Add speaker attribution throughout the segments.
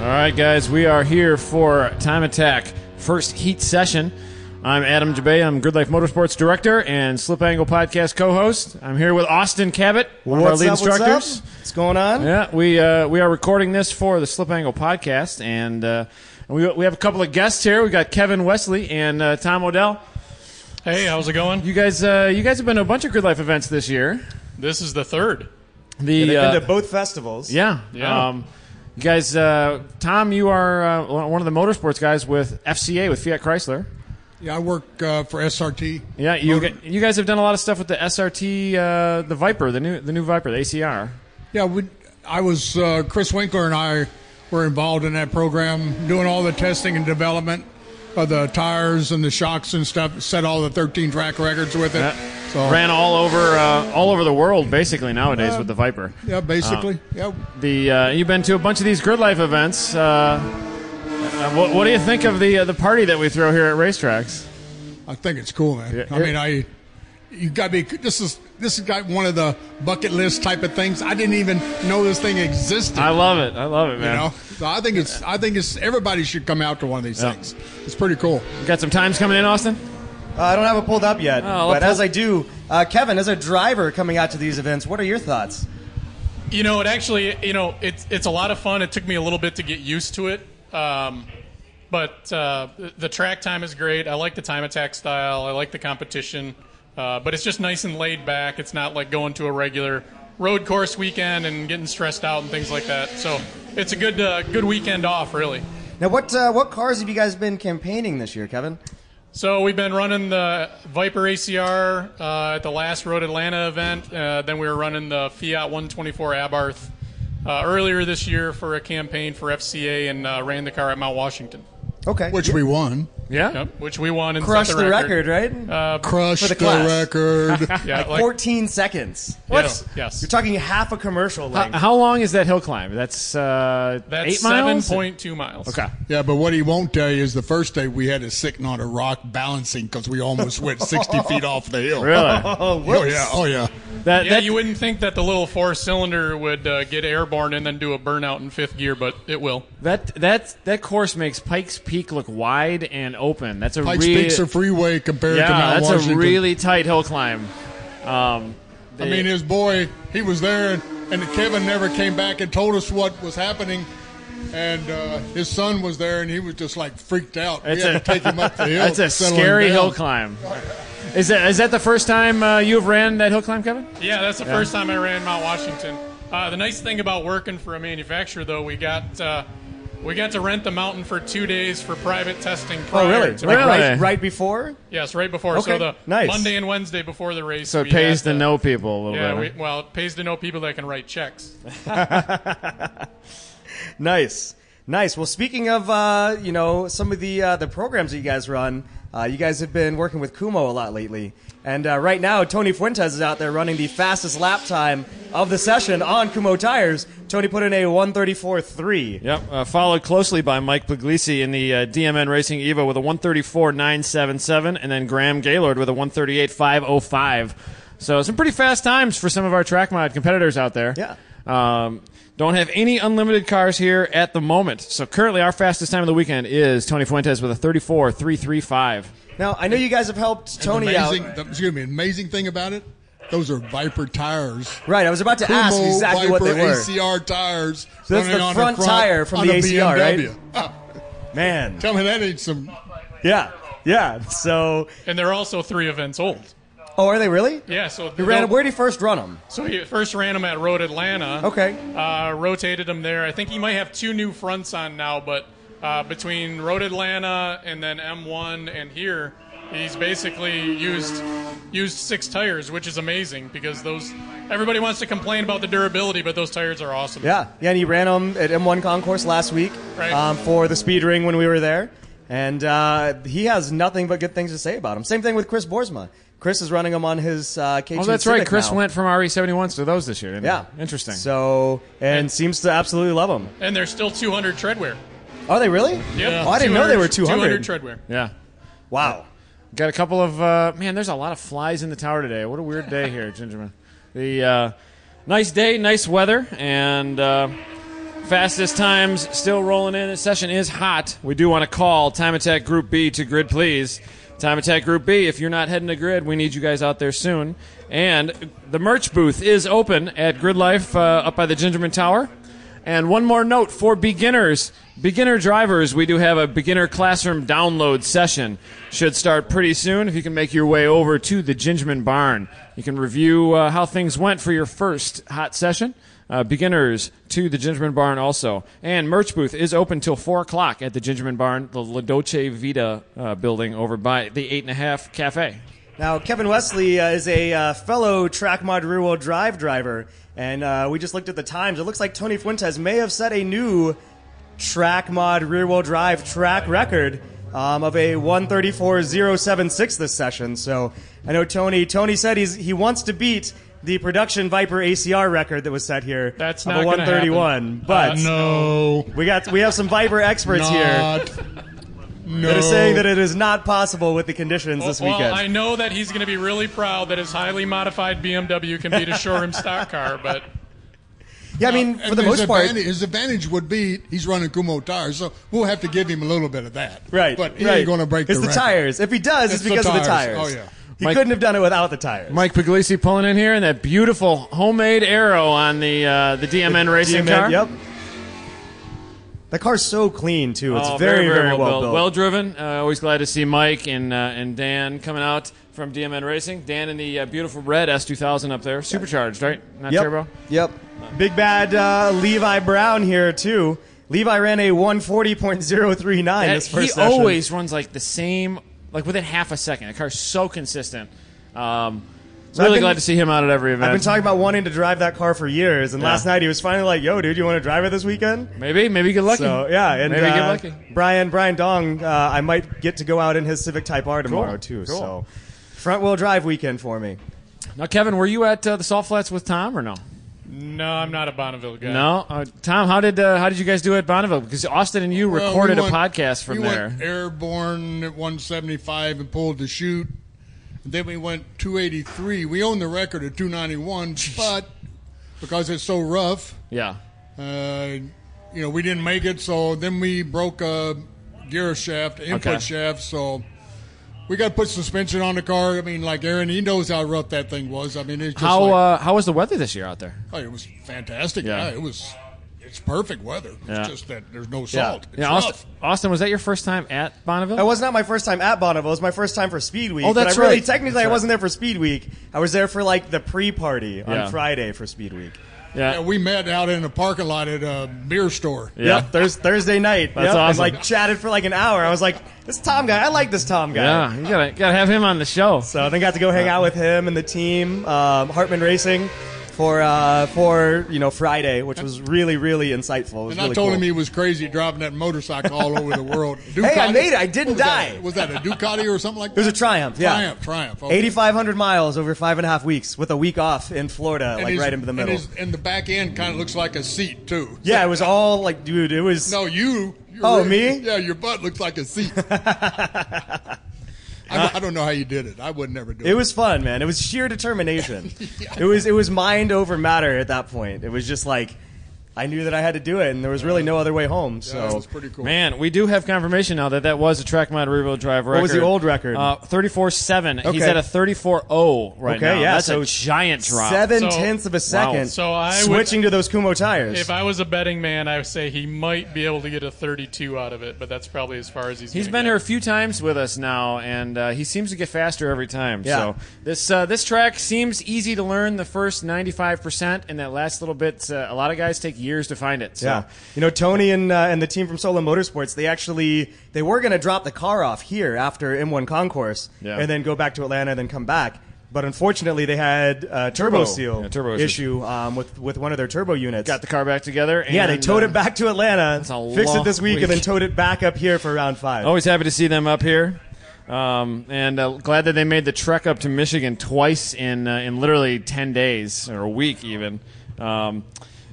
Speaker 1: right, guys, we are here for Time Attack first heat session. I'm Adam Jabay. I'm Good Life Motorsports director and Slip Angle podcast co-host. I'm here with Austin Cabot, one
Speaker 2: What's
Speaker 1: of our lead
Speaker 2: up,
Speaker 1: instructors.
Speaker 2: What's, up? What's going on?
Speaker 1: Yeah, we uh, we are recording this for the Slip Angle podcast, and uh, we we have a couple of guests here. We got Kevin Wesley and uh, Tom Odell.
Speaker 3: Hey, how's it going?
Speaker 1: You guys, uh, you guys have been to a bunch of Good Life events this year.
Speaker 3: This is the third.
Speaker 1: The
Speaker 2: They've
Speaker 1: uh,
Speaker 2: been to both festivals.
Speaker 1: yeah,
Speaker 3: Yeah.
Speaker 1: Um, you guys, uh, Tom, you are uh, one of the motorsports guys with FCA with Fiat Chrysler.
Speaker 4: Yeah, I work uh, for SRT.
Speaker 1: Yeah, you gu- you guys have done a lot of stuff with the SRT, uh, the Viper, the new the new Viper, the ACR.
Speaker 4: Yeah, we, I was uh, Chris Winkler and I were involved in that program, doing all the testing and development of the tires and the shocks and stuff. Set all the 13 track records with it.
Speaker 1: Yeah.
Speaker 4: So
Speaker 1: Ran all over uh, all over the world basically nowadays with the Viper.
Speaker 4: yeah, basically, yeah.
Speaker 1: The uh, you've been to a bunch of these grid life events. Uh, uh, what, what do you think of the uh, the party that we throw here at racetracks?
Speaker 4: I think it's cool, man.
Speaker 1: Yeah,
Speaker 4: I
Speaker 1: yeah.
Speaker 4: mean, I you got to be. This is this has got one of the bucket list type of things. I didn't even know this thing existed.
Speaker 1: I love it. I love it,
Speaker 4: you
Speaker 1: man.
Speaker 4: know, so I think it's. I think it's. Everybody should come out to one of these
Speaker 1: Yeah.
Speaker 4: things. It's pretty cool.
Speaker 1: Got some times coming in, Austin.
Speaker 2: Uh, I don't have it pulled up yet,
Speaker 1: I'll
Speaker 2: but
Speaker 1: pull-
Speaker 2: as I do, uh, Kevin, as a driver coming out to these events, what are your thoughts?
Speaker 3: You know, it actually, you know, it's it's a lot of fun. It took me a little bit to get used to it, um, but uh, the- the track time is great. I like the time attack style. I like the competition, uh, but it's just nice and laid back. It's not like going to a regular road course weekend and getting stressed out and things like that. So it's a good uh, good weekend off, really.
Speaker 2: Now, what uh, what cars have you guys been campaigning this year, Kevin?
Speaker 3: So we've been running the Viper ACR uh, at the last Road Atlanta event. Uh, then we were running the Fiat 124 Abarth uh, earlier this year for a campaign for FCA and uh, ran the car at Mount Washington,
Speaker 2: Okay,
Speaker 4: Which we won.
Speaker 1: Yeah.
Speaker 3: yep, which we won and set
Speaker 2: crushed the record, right?
Speaker 4: Crush
Speaker 2: For the
Speaker 4: the,
Speaker 2: class.
Speaker 4: record.
Speaker 3: Yeah, like,
Speaker 2: 14 seconds.
Speaker 3: yeah, yes.
Speaker 2: You're talking half a commercial
Speaker 1: How,
Speaker 2: length.
Speaker 1: how long is that hill climb? That's, uh,
Speaker 3: That's
Speaker 1: eight miles.
Speaker 3: 7.2 miles.
Speaker 1: Okay.
Speaker 4: yeah, but what he won't tell you is the first day we had us sitting on a rock balancing because we almost went 60 feet off the hill.
Speaker 1: Really?
Speaker 2: oh,
Speaker 4: Oh,
Speaker 2: whoops.
Speaker 4: yeah. Oh, yeah.
Speaker 1: That,
Speaker 3: Yeah,
Speaker 1: that-
Speaker 3: you wouldn't think that the little four-cylinder would uh, get airborne and then do a burnout in fifth gear, but it will.
Speaker 1: that that that course makes Pikes Peak look wide and open. That's a
Speaker 4: Pikes
Speaker 1: really
Speaker 4: Peak's a freeway compared to
Speaker 1: yeah,
Speaker 4: Mount
Speaker 1: that's
Speaker 4: Washington.
Speaker 1: a really tight hill climb. Um,
Speaker 4: I mean, his boy, he was there, and, and Kevin never came back and told us what was happening. And uh, his son was there, and he was just like freaked out.
Speaker 1: It's
Speaker 4: we had
Speaker 1: a-
Speaker 4: to take him up the hill.
Speaker 1: That's a
Speaker 4: settle him
Speaker 1: scary
Speaker 4: down.
Speaker 1: hill climb. Is that is that the first time uh, you have ran that hill climb, Kevin?
Speaker 3: Yeah, that's the first time I ran Mount Washington. Uh, the nice thing about working for a manufacturer, though, we got uh, we got to rent the mountain for two days for private testing. Prior
Speaker 2: Oh, really?
Speaker 3: To
Speaker 2: Like
Speaker 1: Really?
Speaker 2: right, right before?
Speaker 3: Yes, right before.
Speaker 2: Okay,
Speaker 3: So the
Speaker 2: nice.
Speaker 3: Monday and Wednesday before the race.
Speaker 1: So
Speaker 3: we
Speaker 1: it pays
Speaker 3: had
Speaker 1: to know people a little
Speaker 3: Yeah, we,
Speaker 1: bit. huh?
Speaker 3: well, it pays to know people that can write checks.
Speaker 2: Nice, nice. Well, speaking of uh, you know some of the uh, the programs that you guys run, uh, you guys have been working with Kumo a lot lately, and uh, right now Tony Fuentes is out there running the fastest lap time of the session on Kumo tires. Tony put in a one thirty four three.
Speaker 1: Yep, uh, followed closely by Mike Puglisi in the uh, DMN Racing Evo with a 134.977, and then Graham Gaylord with a 138.505. So some pretty fast times for some of our track mod competitors out there.
Speaker 2: Yeah.
Speaker 1: Um, don't have any unlimited cars here at the moment. So currently our fastest time of the weekend is Tony Fuentes with a 34.335.
Speaker 2: Now I know you guys have helped
Speaker 4: And the
Speaker 2: Tony out.
Speaker 4: amazing, the- excuse me. Amazing thing about it, those are Viper tires.
Speaker 2: Right, I was about to ask
Speaker 4: Kumo
Speaker 2: exactly what they
Speaker 4: Viper
Speaker 2: were.
Speaker 4: ACR tires.
Speaker 2: So that's
Speaker 4: running
Speaker 2: the
Speaker 4: on
Speaker 2: front tire from
Speaker 4: on
Speaker 2: the
Speaker 4: a
Speaker 2: ACR, right?
Speaker 4: BMW. Ah,
Speaker 2: Man,
Speaker 4: tell me that ain't some.
Speaker 2: yeah, yeah. So,
Speaker 3: And they're also three events old.
Speaker 2: oh, are they really?
Speaker 3: Yeah, so
Speaker 2: You ran, where did he first run them?
Speaker 3: so he first ran them at Road Atlanta.
Speaker 2: Okay.
Speaker 3: Uh, rotated them there. I think he might have two new fronts on now, but uh, between Road Atlanta and then M1 and here, he's basically used used six tires, which is amazing because those everybody wants to complain about the durability, but those tires are awesome.
Speaker 2: Yeah, yeah, and he ran them at M1 Concourse last week
Speaker 3: Right.
Speaker 2: um, for the speed ring when we were there, and uh, he has nothing but good things to say about him. Same thing with Chris Borsma. Chris is running him on his uh, KTM
Speaker 1: Oh, that's
Speaker 2: Civic
Speaker 1: right. Chris
Speaker 2: now.
Speaker 1: went from RE71s to those this year. Didn't he?
Speaker 2: Yeah,
Speaker 1: Interesting.
Speaker 2: So and,
Speaker 3: And-
Speaker 2: seems to absolutely love him.
Speaker 3: And they're still 200 treadwear.
Speaker 2: Are they really?
Speaker 3: Yep.
Speaker 2: Oh, I didn't know they were 200.
Speaker 3: 200 treadwear.
Speaker 1: yeah.
Speaker 2: Wow.
Speaker 1: Got a couple of uh, man. There's a lot of flies in the tower today. What a weird day here, Gingerman. The uh, nice day, nice weather, and uh, Fastest times still rolling in. This session is hot. We do want to call Time Attack Group B to grid, please. Time Attack Group B, if you're not heading to grid, we need you guys out there soon. And the merch booth is open at Grid Life uh, up by the Gingerman Tower. And one more note for beginners, beginner drivers, we do have a beginner classroom download session. Should start pretty soon if you can make your way over to the Gingerman Barn. You can review uh, how things went for your first hot session. Uh, beginners to the Gingerman Barn also. And merch booth is open till 4 o'clock at the Gingerman Barn, the La Dolce Vita uh, building over by the 8.5 Cafe.
Speaker 2: Now, Kevin Wesley uh, is a uh, fellow TrackMod Rear Wheel Drive driver, and uh, we just looked at the times. It looks like Tony Fuentes may have set a new TrackMod Rear Wheel Drive track record um, of a 134.076 this session. So I know Tony. Tony said he's he wants to beat the production Viper ACR record that was set here.
Speaker 3: That's
Speaker 2: of
Speaker 3: not
Speaker 2: a
Speaker 3: gonna Uh,
Speaker 2: 131. But
Speaker 4: No.
Speaker 2: we got we have some Viper experts here
Speaker 4: Not. No.
Speaker 2: that are saying that it is not possible with the conditions this
Speaker 3: well,
Speaker 2: weekend.
Speaker 3: I know that he's going to be really proud that his highly modified BMW can beat a showroom stock car, but
Speaker 2: yeah, I mean, for
Speaker 4: And
Speaker 2: the
Speaker 4: his
Speaker 2: most part,
Speaker 4: advantage- his advantage would be he's running Kumo tires, so we'll have to give him a little bit of that.
Speaker 2: Right.
Speaker 4: but he
Speaker 2: right.
Speaker 4: ain't going to break
Speaker 2: It's the
Speaker 4: the record.
Speaker 2: tires. If he does, it's,
Speaker 4: It's the
Speaker 2: because of the tires.
Speaker 4: tires. Oh, yeah.
Speaker 2: He
Speaker 1: Mike-
Speaker 2: couldn't have done it without the tires.
Speaker 1: Mike Puglisi pulling in here and that beautiful homemade arrow on the uh, the DMN racing
Speaker 2: DMN,
Speaker 1: car.
Speaker 2: Yep. The car's so clean too. It's
Speaker 1: Oh,
Speaker 2: very, very, well, built.
Speaker 1: Well driven. Uh, always glad to see Mike and uh, and Dan coming out from DMN Racing. Dan in the uh, beautiful red S2000 up there, supercharged, right? Not
Speaker 2: Yep.
Speaker 1: turbo.
Speaker 2: Yep. Big bad uh, Levi Brown here too. Levi ran a 140.039 this
Speaker 1: Eh, he
Speaker 2: first session.
Speaker 1: always runs like the same, like within half a second. The car's so consistent. Um,
Speaker 2: I've
Speaker 1: really
Speaker 2: been-
Speaker 1: glad to see him out at every event.
Speaker 2: I've been talking about wanting to drive that car for years, and
Speaker 1: Yeah.
Speaker 2: last night he was finally like, "Yo, dude, you want to drive it this weekend?"
Speaker 1: maybe, maybe get lucky.
Speaker 2: So yeah, and
Speaker 1: maybe get
Speaker 2: uh,
Speaker 1: lucky.
Speaker 2: Brian Brian Dong, uh, I might get to go out in his Civic Type R tomorrow
Speaker 1: Cool,
Speaker 2: too.
Speaker 1: cool.
Speaker 2: So front wheel drive weekend for me.
Speaker 1: Now, Kevin, were you at uh, the Salt Flats with Tom or no?
Speaker 3: no, I'm not a Bonneville guy.
Speaker 1: No, uh, Tom. How did uh, how did you guys do at Bonneville? Because Austin and you
Speaker 4: Well, we
Speaker 1: recorded
Speaker 4: went-
Speaker 1: a podcast from
Speaker 4: we
Speaker 1: there.
Speaker 4: Went airborne at 175 and pulled the chute. And then we went 283. We own the record at 291, but because it's so rough,
Speaker 1: yeah.
Speaker 4: uh, you know, we didn't make it. So then we broke a gear shaft, input
Speaker 1: Okay.
Speaker 4: shaft. So we got to put suspension on the car. I mean, like Aaron, he knows how rough that thing was. I mean, it's just
Speaker 1: How
Speaker 4: like,
Speaker 1: uh, how was the weather this year out there?
Speaker 4: oh, it was fantastic.
Speaker 1: Yeah.
Speaker 4: Yeah, it was. It's perfect weather. It's
Speaker 1: Yeah.
Speaker 4: just that there's no salt. It's
Speaker 1: Yeah,
Speaker 4: rough.
Speaker 1: Austin, Austin, was that your first time at Bonneville?
Speaker 2: That was not my first time at Bonneville. It was my first time for Speed Week.
Speaker 1: Oh, that's
Speaker 2: but I really,
Speaker 1: right.
Speaker 2: Technically,
Speaker 1: That's
Speaker 2: I
Speaker 1: right.
Speaker 2: wasn't there for Speed Week. I was there for like the pre-party on
Speaker 1: Yeah.
Speaker 2: Friday for Speed Week.
Speaker 1: yeah.
Speaker 4: Yeah, we met out in a parking lot at a beer store.
Speaker 1: Yeah.
Speaker 2: Yep, Thurs Thursday night.
Speaker 1: That's
Speaker 2: yep,
Speaker 1: awesome.
Speaker 2: And like chatted for like an hour. I was like, this Tom guy, I like this Tom guy.
Speaker 1: yeah, you gotta gotta have him on the show.
Speaker 2: So then got to go hang out with him and the team, um, Hartman Racing, for uh, for you know Friday, which was really really insightful. It was
Speaker 4: And
Speaker 2: really
Speaker 4: I told
Speaker 2: cool.
Speaker 4: him he was crazy driving that motorcycle all over the world.
Speaker 2: Hey, I
Speaker 4: Ducati?
Speaker 2: made it. I didn't
Speaker 4: What was that?
Speaker 2: die.
Speaker 4: was that a Ducati or something like
Speaker 2: It
Speaker 4: that?
Speaker 2: was a triumph, yeah.
Speaker 4: Triumph, triumph. okay.
Speaker 2: 8,500 miles over five and a half weeks with a week off in Florida,
Speaker 4: And
Speaker 2: like
Speaker 4: his-
Speaker 2: right into the
Speaker 4: and
Speaker 2: middle.
Speaker 4: his- And, the back end kind of looks like a seat too.
Speaker 2: yeah, it was all like, dude, it was.
Speaker 4: No, you. your-
Speaker 2: Oh, me?
Speaker 4: Yeah, your butt looks like a seat. I, I don't know how you did it. I would never do it.
Speaker 2: It was fun, man. It was sheer determination. It was it was mind over matter at that point. It was just like I knew that I had to do it, and there was really no other way home. So
Speaker 4: Yeah, it was pretty cool.
Speaker 1: Man, we do have confirmation now that that was a TrackMod rear-wheel drive record.
Speaker 2: What was the old record?
Speaker 1: Uh, 34.7. He's
Speaker 2: Okay.
Speaker 1: at a 34.0 right
Speaker 2: Okay,
Speaker 1: now.
Speaker 2: yeah,
Speaker 1: That's
Speaker 2: so
Speaker 1: a giant drop.
Speaker 2: seven
Speaker 3: So-
Speaker 2: tenths of a second.
Speaker 3: So I would-
Speaker 2: switching to those Kumo tires.
Speaker 3: If I was a betting man, I would say he might be able to get a 32 out of it, but that's probably as far as he's.
Speaker 1: He's
Speaker 3: gonna
Speaker 1: been
Speaker 3: get.
Speaker 1: here a few times with us now, and uh, he seems to get faster every time.
Speaker 2: Yeah.
Speaker 1: So this uh, this track seems easy to learn the first 95%, and that last little bit, uh, a lot of guys take years to find it. So.
Speaker 2: Yeah, you know Tony and uh, and the team from Solo Motorsports. They actually they were going to drop the car off here after M1 Concourse,
Speaker 1: Yeah.
Speaker 2: and then go back to Atlanta and then come back. But unfortunately, they had uh, turbo,
Speaker 1: Turbo.
Speaker 2: seal
Speaker 1: Yeah, turbo issues.
Speaker 2: issue um, with with one of their turbo units.
Speaker 1: Got the car back together. And,
Speaker 2: yeah, they towed
Speaker 1: uh,
Speaker 2: it back to Atlanta,
Speaker 1: a
Speaker 2: fixed it
Speaker 1: long
Speaker 2: this week,
Speaker 1: week. Oh,
Speaker 2: and then towed it back up here for round five.
Speaker 1: Always happy to see them up here. Um, and uh, glad that they made the trek up to Michigan twice in uh, in literally 10 days or a week even. Um,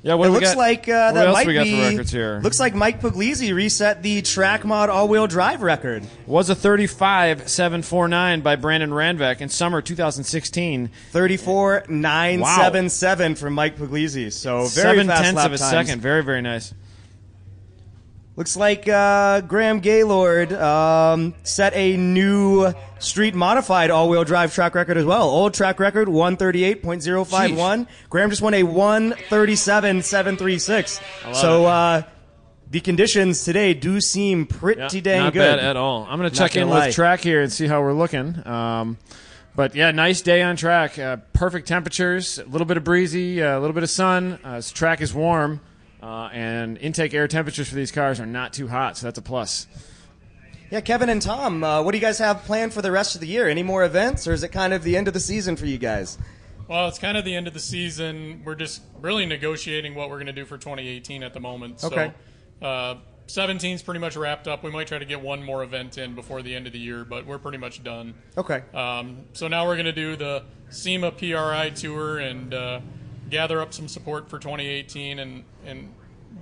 Speaker 1: yeah, what
Speaker 2: it
Speaker 1: do we
Speaker 2: looks
Speaker 1: got-
Speaker 2: like uh,
Speaker 1: what
Speaker 2: that
Speaker 1: else
Speaker 2: might
Speaker 1: we got
Speaker 2: be
Speaker 1: for records here?
Speaker 2: looks like Mike Puglisi reset the track mod all wheel drive record.
Speaker 1: was a 35.749 by Brandon Ranvek in summer 2016.
Speaker 2: 34.977 from Mike Puglisi. So very
Speaker 1: Seven
Speaker 2: fast
Speaker 1: tenths
Speaker 2: lap
Speaker 1: of a
Speaker 2: times.
Speaker 1: second. Very, very nice.
Speaker 2: Looks like uh, Graham Gaylord um, set a new street modified all wheel drive track record as well. Old track record 138.051. Graham just won a 137.736. So
Speaker 1: it.
Speaker 2: uh, the conditions today do seem pretty dang
Speaker 1: not
Speaker 2: good.
Speaker 1: bad at all. I'm going to check
Speaker 2: gonna
Speaker 1: in
Speaker 2: lie.
Speaker 1: with track here and see how we're looking. Um, but yeah, nice day on track. Uh, perfect temperatures, a little bit of breezy, uh, a little bit of sun. Uh, this track is warm, uh, and intake air temperatures for these cars are not too hot, so that's a plus.
Speaker 2: Yeah, Kevin and Tom, uh, what do you guys have planned for the rest of the year? Any more events, or is it kind of the end of the season for you guys?
Speaker 3: Well, it's kind of the end of the season. We're just really negotiating what we're going to do for 2018 at the moment.
Speaker 2: Okay.
Speaker 3: So, uh, 17's pretty much wrapped up. We might try to get one more event in before the end of the year, but we're pretty much done.
Speaker 2: Okay.
Speaker 1: Uh.
Speaker 3: Um, so now we're going to do the SEMA PRI tour and uh, gather up some support for 2018 and and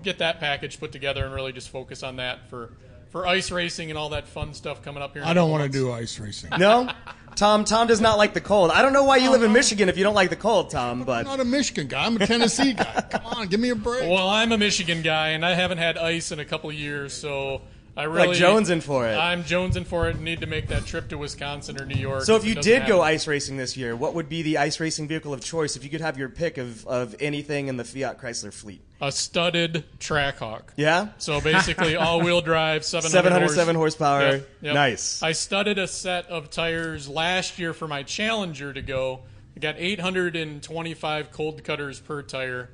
Speaker 3: get that package put together and really just focus on that for for ice racing and all that fun stuff coming up here. in
Speaker 4: I
Speaker 3: a
Speaker 4: don't
Speaker 3: couple
Speaker 4: want to
Speaker 3: months.
Speaker 4: do ice racing.
Speaker 2: No, Tom. Tom does not like the cold. I don't know why you live
Speaker 1: Uh-huh.
Speaker 2: in Michigan if you don't like the cold, Tom.
Speaker 4: I'm
Speaker 2: But
Speaker 4: not a Michigan guy. I'm a Tennessee guy. Come on, give me a break.
Speaker 3: Well, I'm a Michigan guy, and I haven't had ice in a couple years, so I really
Speaker 2: like jonesing for it.
Speaker 3: I'm jonesing for it. and Need to make that trip to Wisconsin or New York.
Speaker 2: so if
Speaker 3: it
Speaker 2: you
Speaker 3: doesn't
Speaker 2: did go
Speaker 3: happen.
Speaker 2: ice racing this year, what would be the ice racing vehicle of choice if you could have your pick of, of anything in the Fiat Chrysler fleet?
Speaker 3: a studded Trackhawk.
Speaker 2: Yeah,
Speaker 3: So basically, all-wheel drive, 700
Speaker 2: 707
Speaker 3: horse-
Speaker 2: horsepower.
Speaker 3: Yep, yep.
Speaker 2: Nice.
Speaker 3: I studded a set of tires last year for my Challenger to go. I got 825 cold cutters per tire.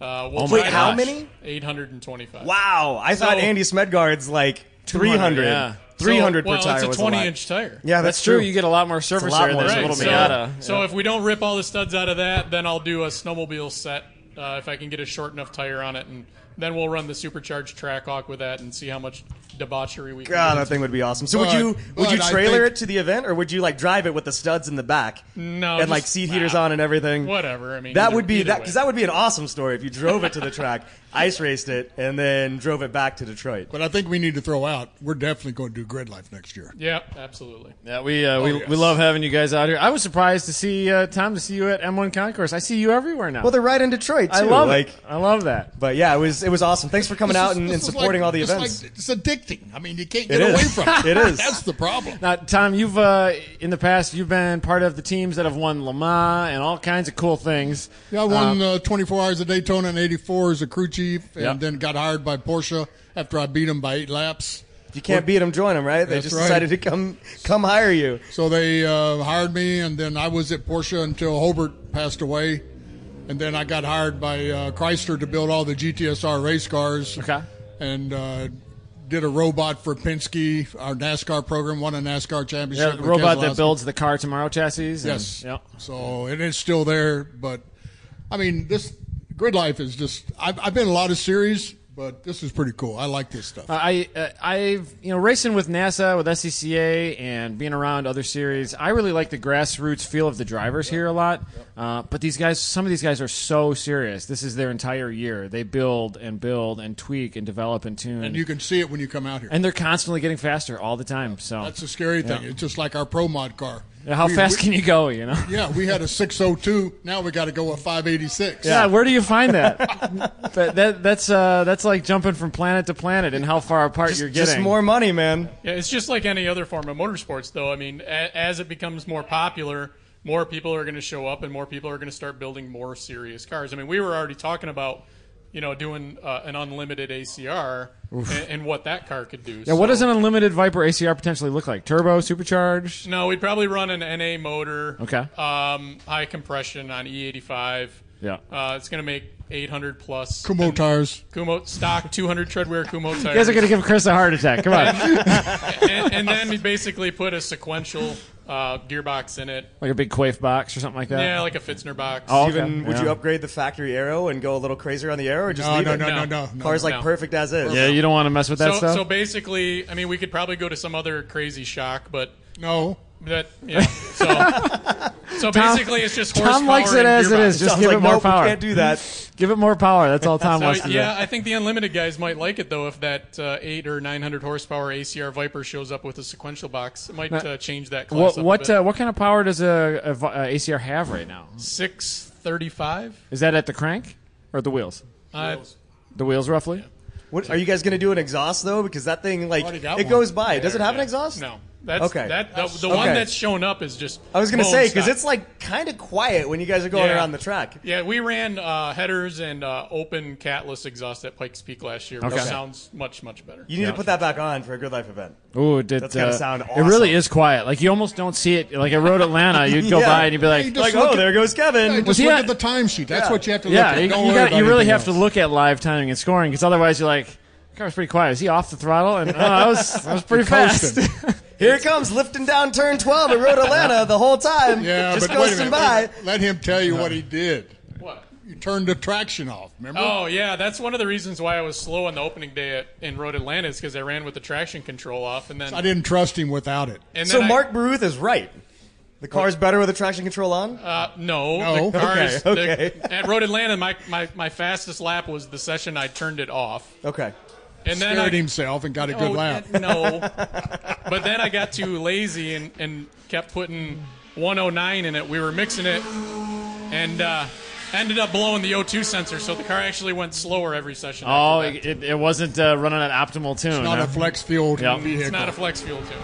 Speaker 3: Uh, we'll
Speaker 1: Oh my
Speaker 3: try to-
Speaker 1: how
Speaker 2: many?
Speaker 3: 825.
Speaker 2: wow, I thought
Speaker 3: So-
Speaker 2: Andy Smedgard's like 300,
Speaker 1: 200, yeah.
Speaker 2: 300
Speaker 3: so,
Speaker 2: per
Speaker 3: well,
Speaker 2: tire
Speaker 3: It's
Speaker 2: was a
Speaker 3: a
Speaker 2: lot.
Speaker 3: 20-inch tire.
Speaker 2: Yeah, that's, true.
Speaker 1: You get a lot more surface
Speaker 2: lot
Speaker 1: area
Speaker 2: more
Speaker 1: than a
Speaker 3: Right.
Speaker 1: little
Speaker 3: So,
Speaker 1: Miata.
Speaker 3: so if we don't rip all the studs out of that, then I'll do a snowmobile set uh, if I can get a short enough tire on it, and then we'll run the supercharged Trackhawk with that and see how much debauchery we.
Speaker 2: God,
Speaker 3: can
Speaker 2: Ah, that
Speaker 3: get
Speaker 2: thing would be awesome. So
Speaker 4: But-
Speaker 2: would you would you
Speaker 4: but I
Speaker 2: trailer
Speaker 4: think-
Speaker 2: it to the event, or would you like drive it with the studs in the back?
Speaker 3: No,
Speaker 2: and like
Speaker 3: just-
Speaker 2: seat heaters
Speaker 3: ah,
Speaker 2: on and everything.
Speaker 3: Whatever. I mean,
Speaker 2: That
Speaker 3: either-
Speaker 2: would be
Speaker 3: either
Speaker 2: that
Speaker 3: way.
Speaker 2: because that would be an awesome story if you drove it to the track, ice raced it, and then drove it back to Detroit.
Speaker 4: But I think we need to throw out. We're definitely going to do grid life next year.
Speaker 3: Yeah, absolutely.
Speaker 1: Yeah, we uh,
Speaker 2: Oh,
Speaker 1: we,
Speaker 4: yes.
Speaker 1: we love having you guys out here. I was surprised to see uh, Tom to see you at M1 Concourse. I see you everywhere now.
Speaker 2: Well, they're right in Detroit too.
Speaker 1: I love
Speaker 2: like,
Speaker 1: it. I love that.
Speaker 2: but yeah, it was it was awesome. Thanks for coming
Speaker 4: This
Speaker 2: out
Speaker 4: is-
Speaker 2: and,
Speaker 4: this
Speaker 2: and
Speaker 4: is
Speaker 2: supporting
Speaker 4: like-
Speaker 2: all the
Speaker 4: it's
Speaker 2: events.
Speaker 4: like- it's addicting. I mean, you can't
Speaker 2: It
Speaker 4: get away
Speaker 2: is.
Speaker 4: from it.
Speaker 2: It is.
Speaker 4: That's the problem.
Speaker 1: Now, Tom, you've uh, in the past you've been part of the teams that have won Le Mans and all kinds of cool things.
Speaker 4: Yeah, I won uh, 24 Hours of Daytona in '84 as a crew chief, and
Speaker 1: Yeah.
Speaker 4: then got hired by Porsche after I beat them by eight laps.
Speaker 2: you can't beat them, join them, right? They
Speaker 4: That's
Speaker 2: just
Speaker 4: right.
Speaker 2: decided to come come hire you.
Speaker 4: So they uh, hired me, and then I was at Porsche until Hobart passed away, and then I got hired by uh, Chrysler to build all the GTSR race cars.
Speaker 1: Okay.
Speaker 4: and uh, did a robot for Penske, our NASCAR program, won a NASCAR championship.
Speaker 1: Yeah, the
Speaker 4: with
Speaker 1: robot that
Speaker 4: Keselowski.
Speaker 1: builds the car tomorrow chassis. and-
Speaker 4: Yes.
Speaker 1: yeah.
Speaker 4: So it is still there, but I mean, this grid life is just. I've, I've been in a lot of series, but this is pretty cool. I like this stuff.
Speaker 1: I uh, I've you know racing with NASA with SCCA and being around other series. I really like the grassroots feel of the drivers here a lot. Uh, but these guys, some of these guys are so serious. This is their entire year. They build and build and tweak and develop and tune,
Speaker 4: and you can see it when you come out here.
Speaker 1: And they're constantly getting faster all the time. So
Speaker 4: That's the scary thing. It's just like our pro mod car.
Speaker 1: Yeah, how
Speaker 4: We-
Speaker 1: fast
Speaker 4: we-
Speaker 1: can you go? You know.
Speaker 4: Yeah, we had a 602. Now we got to go a 586.
Speaker 1: Yeah, where do you find that? but that that's uh, that's like jumping from planet to planet and how far apart you're getting.
Speaker 2: Just more money, man.
Speaker 3: Yeah, it's just like any other form of motorsports, though. I mean, a- as it becomes more popular, more people are going to show up, and more people are going to start building more serious cars. I mean, we were already talking about, you know, doing uh, an unlimited ACR and, and what that car could do.
Speaker 1: yeah, what does an unlimited Viper ACR potentially look like? Turbo, supercharged?
Speaker 3: No, we'd probably run an NA motor.
Speaker 1: Okay.
Speaker 3: Um, high compression on E85.
Speaker 1: Yeah.
Speaker 3: Uh, it's going to make 800 plus.
Speaker 4: Kumo
Speaker 3: And
Speaker 4: tires.
Speaker 3: Kumo stock 200 treadwear Kumo tires.
Speaker 1: You guys are gonna give Chris a heart attack. Come on,
Speaker 3: and, and then we basically put a sequential uh, gearbox in it.
Speaker 1: like a big quaif box or something like that.
Speaker 3: Yeah, like a Fitzner box.
Speaker 1: Oh, okay.
Speaker 2: Even would
Speaker 1: Yeah.
Speaker 2: you upgrade the factory arrow and go a little crazier on the arrow, or just
Speaker 4: No,
Speaker 2: leave
Speaker 4: no,
Speaker 2: it?
Speaker 4: no,
Speaker 3: No.
Speaker 4: no, no, no.
Speaker 2: Cars like
Speaker 3: No.
Speaker 2: perfect as is.
Speaker 1: Yeah, you don't want to mess with that
Speaker 3: so,
Speaker 1: stuff.
Speaker 3: so basically, I mean, we could probably go to some other crazy shock, but
Speaker 4: no.
Speaker 3: that yeah. So, so basically, it's just horsepower.
Speaker 1: Tom likes it
Speaker 3: and
Speaker 1: as it
Speaker 3: gearbox.
Speaker 1: is. Just
Speaker 2: Sounds
Speaker 1: give
Speaker 2: like,
Speaker 1: it more
Speaker 2: nope,
Speaker 1: power.
Speaker 2: We can't do that.
Speaker 1: give it more power. That's all Tom
Speaker 3: So,
Speaker 1: wants to do.
Speaker 3: yeah, I think the unlimited guys might like it though. If that uh, eight or nine hundred horsepower ACR Viper shows up with a sequential box, it might uh, change that class.
Speaker 1: What
Speaker 3: up a
Speaker 1: what
Speaker 3: bit.
Speaker 1: uh, what kind of power does a, a, vi- uh, a ACR have right now?
Speaker 3: six thirty-five?
Speaker 1: Is that at the crank or the wheels?
Speaker 3: Uh,
Speaker 1: The wheels, roughly.
Speaker 2: What are you guys going to do an exhaust though? Because that thing like
Speaker 4: Already
Speaker 2: it
Speaker 4: got one.
Speaker 2: goes by. Does it have an
Speaker 3: Yeah.
Speaker 2: exhaust?
Speaker 3: No. That's
Speaker 2: Okay.
Speaker 3: That the, the one
Speaker 2: Okay.
Speaker 3: that's shown up is just.
Speaker 2: I was going to
Speaker 3: bone
Speaker 2: say because
Speaker 3: stock.
Speaker 2: it's like kind of quiet when you guys are going
Speaker 3: Yeah.
Speaker 2: around the track.
Speaker 3: Yeah, we ran uh, headers and uh, open catless exhaust at Pikes Peak last year, which
Speaker 1: Okay.
Speaker 3: sounds much much better.
Speaker 2: You need to put that back on for a good life event.
Speaker 1: Ooh, it did,
Speaker 2: That's gotta
Speaker 1: uh,
Speaker 2: sound
Speaker 1: It really
Speaker 2: awesome.
Speaker 1: is quiet. Like you almost don't see it. Like I rode Atlanta, you'd go
Speaker 2: Yeah.
Speaker 1: by and you'd be like,
Speaker 4: Hey,
Speaker 1: like,
Speaker 2: Like,
Speaker 4: look
Speaker 2: oh,
Speaker 4: at-
Speaker 2: there goes Kevin.
Speaker 4: Hey,
Speaker 1: Was
Speaker 4: just
Speaker 1: he
Speaker 4: look
Speaker 1: at-
Speaker 4: at the timesheet. That's
Speaker 2: Yeah.
Speaker 4: what you have to look
Speaker 1: yeah,
Speaker 4: at.
Speaker 1: you,
Speaker 4: Don't
Speaker 1: you,
Speaker 4: worry
Speaker 1: gotta-
Speaker 4: about
Speaker 1: you really
Speaker 4: anything
Speaker 1: have to
Speaker 4: else.
Speaker 1: look at live timing and scoring because otherwise you're like, car was pretty quiet. Is he off the throttle? And oh, that was that was pretty fast.
Speaker 4: coasting.
Speaker 2: Here it comes, lifting down turn 12 at Road Atlanta the whole time.
Speaker 4: Yeah,
Speaker 2: just
Speaker 4: but wait a
Speaker 2: coasting
Speaker 4: minute.
Speaker 2: by.
Speaker 4: Let him tell you what he did.
Speaker 3: What?
Speaker 4: You turned the traction off. Remember?
Speaker 3: Oh yeah, that's one of the reasons why I was slow on the opening day at, in Road Atlanta is because I ran with the traction control off, and then
Speaker 4: I didn't trust him without it.
Speaker 3: and
Speaker 2: So
Speaker 3: then I-
Speaker 2: Mark Baruth is right. The car's better with the traction control on.
Speaker 3: uh, no,
Speaker 4: No.
Speaker 3: the cars
Speaker 2: Okay,
Speaker 3: the-
Speaker 2: okay.
Speaker 3: at Road Atlanta, my, my my fastest lap was the session I turned it off,
Speaker 2: okay.
Speaker 3: and then
Speaker 4: Scared
Speaker 3: I,
Speaker 4: himself and got a good
Speaker 3: Oh,
Speaker 4: laugh.
Speaker 3: uh, No. but then I got too lazy and, and kept putting 109 in it. We were mixing it and uh, ended up blowing the O2 sensor, so the car actually went slower every session.
Speaker 1: Oh,
Speaker 3: after that.
Speaker 1: it, it, it wasn't uh, running at optimal tune.
Speaker 4: Not
Speaker 1: huh?
Speaker 4: a flex fueled
Speaker 1: Yeah.
Speaker 4: vehicle.
Speaker 3: it's not a flex fuel too.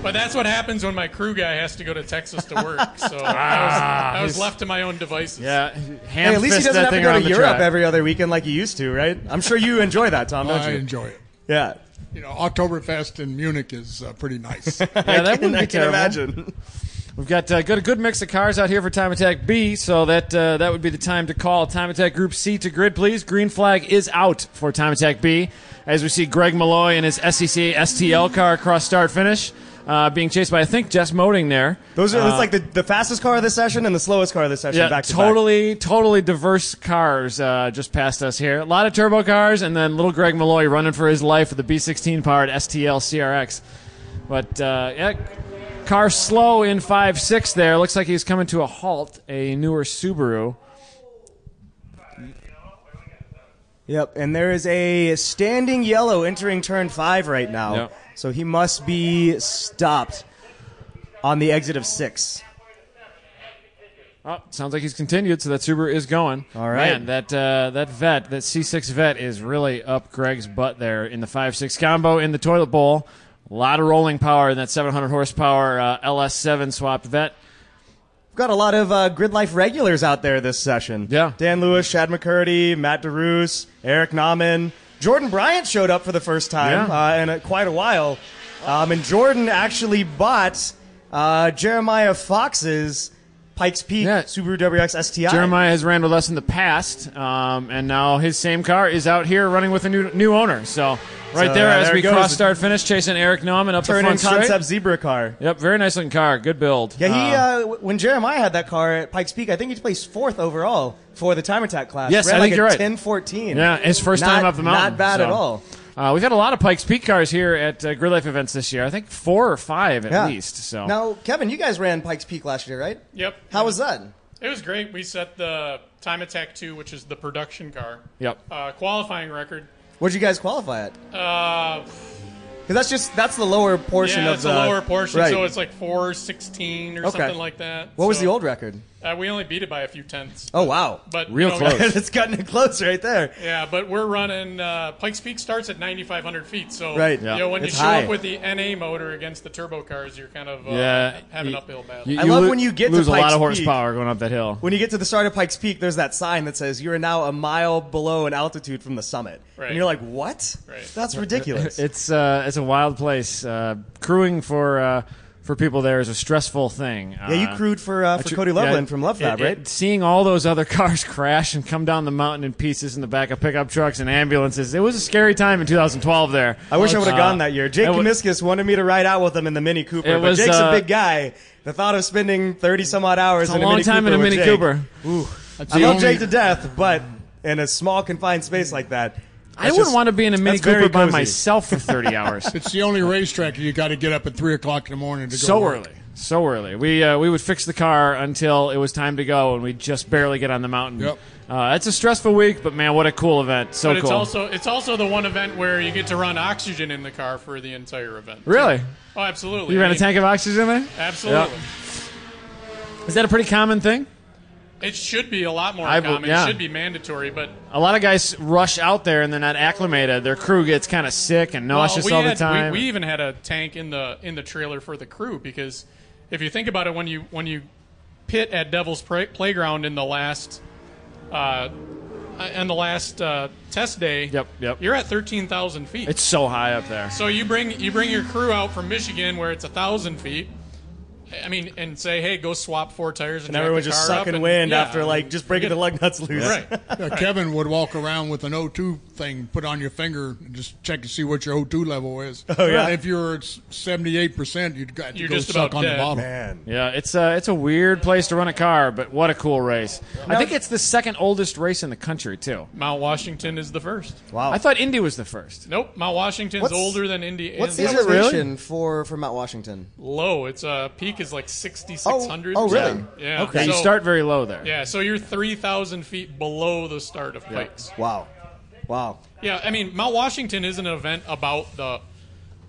Speaker 3: But that's what happens when my crew guy has to go to Texas to work. So I was, I was
Speaker 1: he's-
Speaker 3: left to my own devices.
Speaker 1: yeah,
Speaker 2: Hey,
Speaker 1: hand
Speaker 2: at least he
Speaker 1: fist
Speaker 2: doesn't
Speaker 1: that
Speaker 2: have to
Speaker 1: thing
Speaker 2: go
Speaker 1: around
Speaker 2: to
Speaker 1: the
Speaker 2: Europe
Speaker 1: track.
Speaker 2: every other weekend like he used to, right? I'm sure you enjoy that, Tom, don't
Speaker 4: I
Speaker 2: you?
Speaker 4: enjoy it.
Speaker 2: yeah.
Speaker 4: You know, Oktoberfest in Munich is uh, pretty nice.
Speaker 1: Yeah, that
Speaker 2: I can,
Speaker 1: wouldn't
Speaker 2: I
Speaker 1: be
Speaker 2: can
Speaker 1: terrible.
Speaker 2: imagine.
Speaker 1: We've got uh, good, a good mix of cars out here for Time Attack B, so that uh, that would be the time to call Time Attack Group C to grid, please. Green flag is out for Time Attack B, as we see Greg Malloy in his SEC STL car cross start finish, uh, being chased by I think Jess Moding there.
Speaker 2: Those are it's like the, the fastest car of the session and the slowest car of the session
Speaker 1: Yeah,
Speaker 2: back to back.
Speaker 1: totally, totally diverse cars uh, just past us here. A lot of turbo cars, and then little Greg Malloy running for his life with the B16 powered STL CRX. But uh, yeah, car slow in five six there. Looks like he's coming to a halt. A newer Subaru.
Speaker 2: Yep, and there is a standing yellow entering turn five right now.
Speaker 1: Yep.
Speaker 2: So he must be stopped on the exit of six.
Speaker 1: Oh, sounds like he's continued, so that Subaru is going.
Speaker 2: All right.
Speaker 1: Man, that uh, that vet, that C6 vet, is really up Greg's butt there in the five six combo in the toilet bowl. A lot of rolling power in that 700 horsepower uh, LS7 swapped vet.
Speaker 2: We've got a lot of uh, grid life regulars out there this session.
Speaker 1: Yeah.
Speaker 2: Dan Lewis, Shad McCurdy, Matt DeRoos, Eric Nauman. Jordan Bryant showed up for the first time
Speaker 1: Yeah.
Speaker 2: uh, in uh quite a while. Um, and Jordan actually bought uh, Jeremiah Fox's Pikes Peak
Speaker 1: Yeah.
Speaker 2: Subaru WX STI.
Speaker 1: Jeremiah has ran with us in the past, um, and now his same car is out here running with a new new owner. So right
Speaker 2: So,
Speaker 1: there,
Speaker 2: yeah,
Speaker 1: as
Speaker 2: there
Speaker 1: we
Speaker 2: it goes.
Speaker 1: cross start finish, chasing Eric Nauman up
Speaker 2: Turn
Speaker 1: the
Speaker 2: in
Speaker 1: front straight.
Speaker 2: concept zebra car.
Speaker 1: Yep, very nice looking car. Good build.
Speaker 2: Yeah, he
Speaker 1: Um,
Speaker 2: uh, w- when Jeremiah had that car at Pikes Peak, I think he placed fourth overall for the time attack class.
Speaker 1: Yes,
Speaker 2: Ran
Speaker 1: I
Speaker 2: like
Speaker 1: think
Speaker 2: a
Speaker 1: you're right.
Speaker 2: 10-14.
Speaker 1: yeah, his first time
Speaker 2: Not-
Speaker 1: up the mountain.
Speaker 2: Not bad
Speaker 1: so.
Speaker 2: at all.
Speaker 1: Uh, we've had a lot of Pikes Peak cars here at uh, Grid Life events this year. I think four or five at
Speaker 2: Yeah.
Speaker 1: least. So
Speaker 2: Now, Kevin, you guys ran Pikes Peak last year, right?
Speaker 3: Yep.
Speaker 2: How was that?
Speaker 3: It was great. We set the Time Attack 2, which is the production car.
Speaker 1: Yep.
Speaker 3: Uh, qualifying record.
Speaker 2: What'd you guys qualify at?
Speaker 3: Uh,
Speaker 2: Because that's just that's the lower portion
Speaker 3: yeah,
Speaker 2: of
Speaker 3: it's
Speaker 2: the
Speaker 3: a lower portion,
Speaker 2: Right.
Speaker 3: so it's like 416 or
Speaker 2: Okay.
Speaker 3: something like that.
Speaker 2: what was
Speaker 3: So,
Speaker 2: the old record?
Speaker 3: Uh, we only beat it by a few tenths.
Speaker 2: Oh wow,
Speaker 3: But
Speaker 1: Real
Speaker 3: you know,
Speaker 1: close.
Speaker 2: it's gotten close right there.
Speaker 3: Yeah, but we're running uh, Pikes Peak starts at 9,500 feet, so
Speaker 2: Right.
Speaker 3: You
Speaker 2: Yeah.
Speaker 3: know, when
Speaker 2: It's
Speaker 3: you show
Speaker 2: high.
Speaker 3: up with the NA motor against the turbo cars, you're kind of uh,
Speaker 1: yeah,
Speaker 3: having
Speaker 1: you-
Speaker 3: uphill battle.
Speaker 1: you-
Speaker 2: I love
Speaker 1: lo-
Speaker 2: when you get to
Speaker 1: lose a lot
Speaker 2: Pikes
Speaker 1: of
Speaker 2: Peak.
Speaker 1: horsepower going up that hill.
Speaker 2: When you get to the start of Pikes Peak, there's that sign that says you are now a mile below an altitude from the summit,
Speaker 3: Right.
Speaker 2: and you're like, "What?
Speaker 3: Right.
Speaker 2: That's ridiculous."
Speaker 1: It's uh, it's a wild place. Uh, crewing for uh, for people there is a stressful thing. Uh,
Speaker 2: yeah, you crewed for uh, for Cody Loveland from Love Fab,
Speaker 1: It- it-
Speaker 2: right?
Speaker 1: seeing all those other cars crash and come down the mountain in pieces in the back of pickup trucks and ambulances, it was a scary time in 2012 there.
Speaker 2: I wish I would have
Speaker 1: Uh,
Speaker 2: gone that year. Jake
Speaker 1: it wa-
Speaker 2: Kamiskas wanted me to ride out with him in the Mini Cooper,
Speaker 1: It
Speaker 2: but
Speaker 1: was,
Speaker 2: Jake's
Speaker 1: uh,
Speaker 2: a big guy. The thought of spending thirty some odd hours
Speaker 1: It's a
Speaker 2: in a
Speaker 1: long
Speaker 2: Mini
Speaker 1: time
Speaker 2: Cooper
Speaker 1: in a
Speaker 2: with
Speaker 1: Mini
Speaker 2: Jake.
Speaker 1: Cooper.
Speaker 4: That's
Speaker 2: I
Speaker 4: the
Speaker 2: love
Speaker 4: only-
Speaker 2: Jake to death, but in a small confined space like that,
Speaker 1: I wouldn't want to be in a Mini
Speaker 2: that's very
Speaker 1: Cooper by
Speaker 2: cozy.
Speaker 1: myself for 30 hours.
Speaker 4: It's the only racetrack you got to get up at three o'clock in the morning to go.
Speaker 1: so
Speaker 4: work.
Speaker 1: early. So early. We uh, we would fix the car until it was time to go, and we just barely get on the mountain.
Speaker 4: Yep.
Speaker 1: Uh, it's a stressful week, but man, what a cool event! So
Speaker 3: but it's
Speaker 1: cool.
Speaker 3: also it's also the one event where you get to run oxygen in the car for the entire event.
Speaker 1: really,
Speaker 3: Oh, absolutely.
Speaker 1: you
Speaker 3: I
Speaker 1: ran a
Speaker 3: mean,
Speaker 1: tank of oxygen there?
Speaker 3: Absolutely.
Speaker 1: Is that a pretty common thing?
Speaker 3: It should be a lot more
Speaker 1: I bel-
Speaker 3: common.
Speaker 1: yeah.
Speaker 3: It should be mandatory, but
Speaker 1: A lot of guys rush out there and they're not acclimated. Their crew gets kind of sick and
Speaker 3: well,
Speaker 1: nauseous
Speaker 3: we
Speaker 1: all
Speaker 3: had,
Speaker 1: the time.
Speaker 3: We, we even had a tank in the in the trailer for the crew because if you think about it, when you when you pit at Devil's Play- Playground in the last uh, and the last uh, test day,
Speaker 1: Yep, yep.
Speaker 3: you're at thirteen thousand feet.
Speaker 1: it's so high up there.
Speaker 3: So you bring you bring your crew out from Michigan where it's a thousand feet. I mean, and say, hey, go swap four tires, and,
Speaker 2: And
Speaker 3: jack
Speaker 2: everyone's
Speaker 3: the
Speaker 2: just
Speaker 3: car up
Speaker 2: sucking
Speaker 3: and-
Speaker 2: wind
Speaker 3: yeah.
Speaker 2: after like just breaking the lug nuts loose.
Speaker 3: right.
Speaker 4: Yeah, Uh, Kevin would walk around with an O2 thing put on your finger and just check to see what your O2 level is. Oh,
Speaker 2: yeah.
Speaker 4: If you're at 78%, you'd got to
Speaker 3: You're
Speaker 4: go
Speaker 3: just
Speaker 4: suck
Speaker 3: about
Speaker 4: on the
Speaker 3: dead.
Speaker 4: bottle.
Speaker 2: Man.
Speaker 1: Yeah, it's a it's a weird place to run a car, but what a cool race! I think it's the second oldest race in the country too.
Speaker 3: Mount Washington is the first.
Speaker 2: Wow.
Speaker 1: I thought Indy was the first.
Speaker 3: Nope, Mount Washington's
Speaker 2: What's-
Speaker 3: older than Indy.
Speaker 2: What's the
Speaker 3: is
Speaker 1: it really?
Speaker 2: elevation for, for Mount Washington?
Speaker 3: low. Its uh, peak is like 6,600.
Speaker 2: Oh, oh, really?
Speaker 3: Yeah.
Speaker 1: Yeah,
Speaker 2: Okay.
Speaker 1: you
Speaker 3: So-
Speaker 1: start very low there.
Speaker 3: Yeah, so you're 3,000 feet below the start of Pikes.
Speaker 2: Wow. Wow.
Speaker 3: Yeah, I mean, Mount Washington is an event about the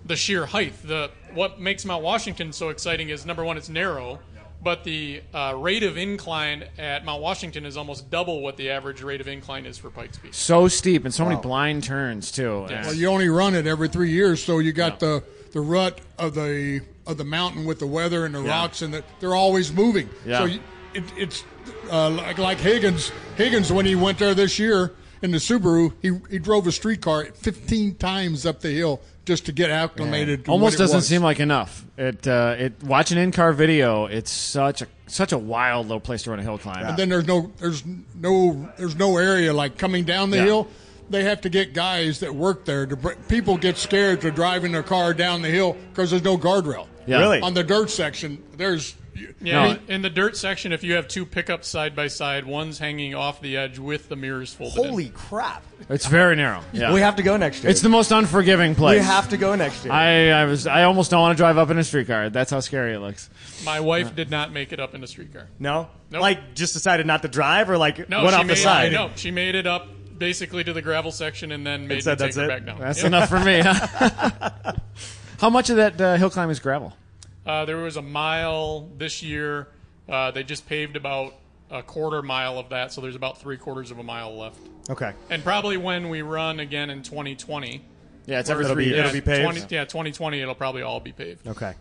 Speaker 3: the sheer height. The What makes Mount Washington so exciting is, number one, it's narrow, but the uh, rate of incline at Mount Washington is almost double what the average rate of incline is for Pikes Peak.
Speaker 1: So steep and so many
Speaker 2: Wow.
Speaker 1: blind turns too.
Speaker 3: Yes.
Speaker 1: And-
Speaker 4: You only run it every three years, so you got the, the rut of the of the mountain with the weather and the rocks, and the, they're always moving.
Speaker 1: Yeah.
Speaker 4: So you, it, it's uh, like, like Higgins. Higgins, when he went there this year in the Subaru, he, he drove a streetcar 15 times up the hill just to get acclimated. to
Speaker 1: almost
Speaker 4: what it
Speaker 1: doesn't
Speaker 4: was.
Speaker 1: seem like enough. It uh, it watching in car video. It's such a such a wild low place to run a hill climb.
Speaker 4: And then there's no there's no there's no area like coming down the
Speaker 1: Yeah.
Speaker 4: hill. They have to get guys that work there. To br- people get scared to driving their car down the hill because there's no guardrail.
Speaker 1: Yeah.
Speaker 2: Really?
Speaker 4: On the dirt section, there's
Speaker 3: Yeah,
Speaker 1: No.
Speaker 3: in- in the dirt section, if you have two pickups side by side, one's hanging off the edge with the mirrors folded. in.
Speaker 2: Holy crap.
Speaker 1: It's very narrow. Yeah.
Speaker 2: We have to go next year.
Speaker 1: it's the most unforgiving
Speaker 2: we
Speaker 1: place.
Speaker 2: have to go next year.
Speaker 1: I, I was I almost don't want to drive up in a streetcar. That's how scary it looks.
Speaker 3: My wife did not make it up in a streetcar.
Speaker 2: no?
Speaker 3: Nope.
Speaker 2: Like just decided not to drive or like
Speaker 3: No,
Speaker 2: went
Speaker 3: she
Speaker 2: off
Speaker 3: made
Speaker 2: the side.
Speaker 3: It, no, she made it up basically to the gravel section and then made
Speaker 2: said
Speaker 3: me
Speaker 2: that's
Speaker 3: take
Speaker 2: it?
Speaker 3: her back down.
Speaker 1: That's
Speaker 3: Yep.
Speaker 1: enough for me. Huh? how much of that uh, hill climb is gravel?
Speaker 3: Uh, there was a mile this year. Uh, they just paved about a quarter mile of that, so there's about three quarters of a mile left.
Speaker 2: Okay.
Speaker 3: And probably when we run again in 2020,
Speaker 1: Yeah, it's every
Speaker 2: It'll
Speaker 1: three
Speaker 2: be-
Speaker 1: years.
Speaker 2: it'll be paved?
Speaker 3: 20 yeah, 2020, it'll probably all be paved.
Speaker 2: Okay.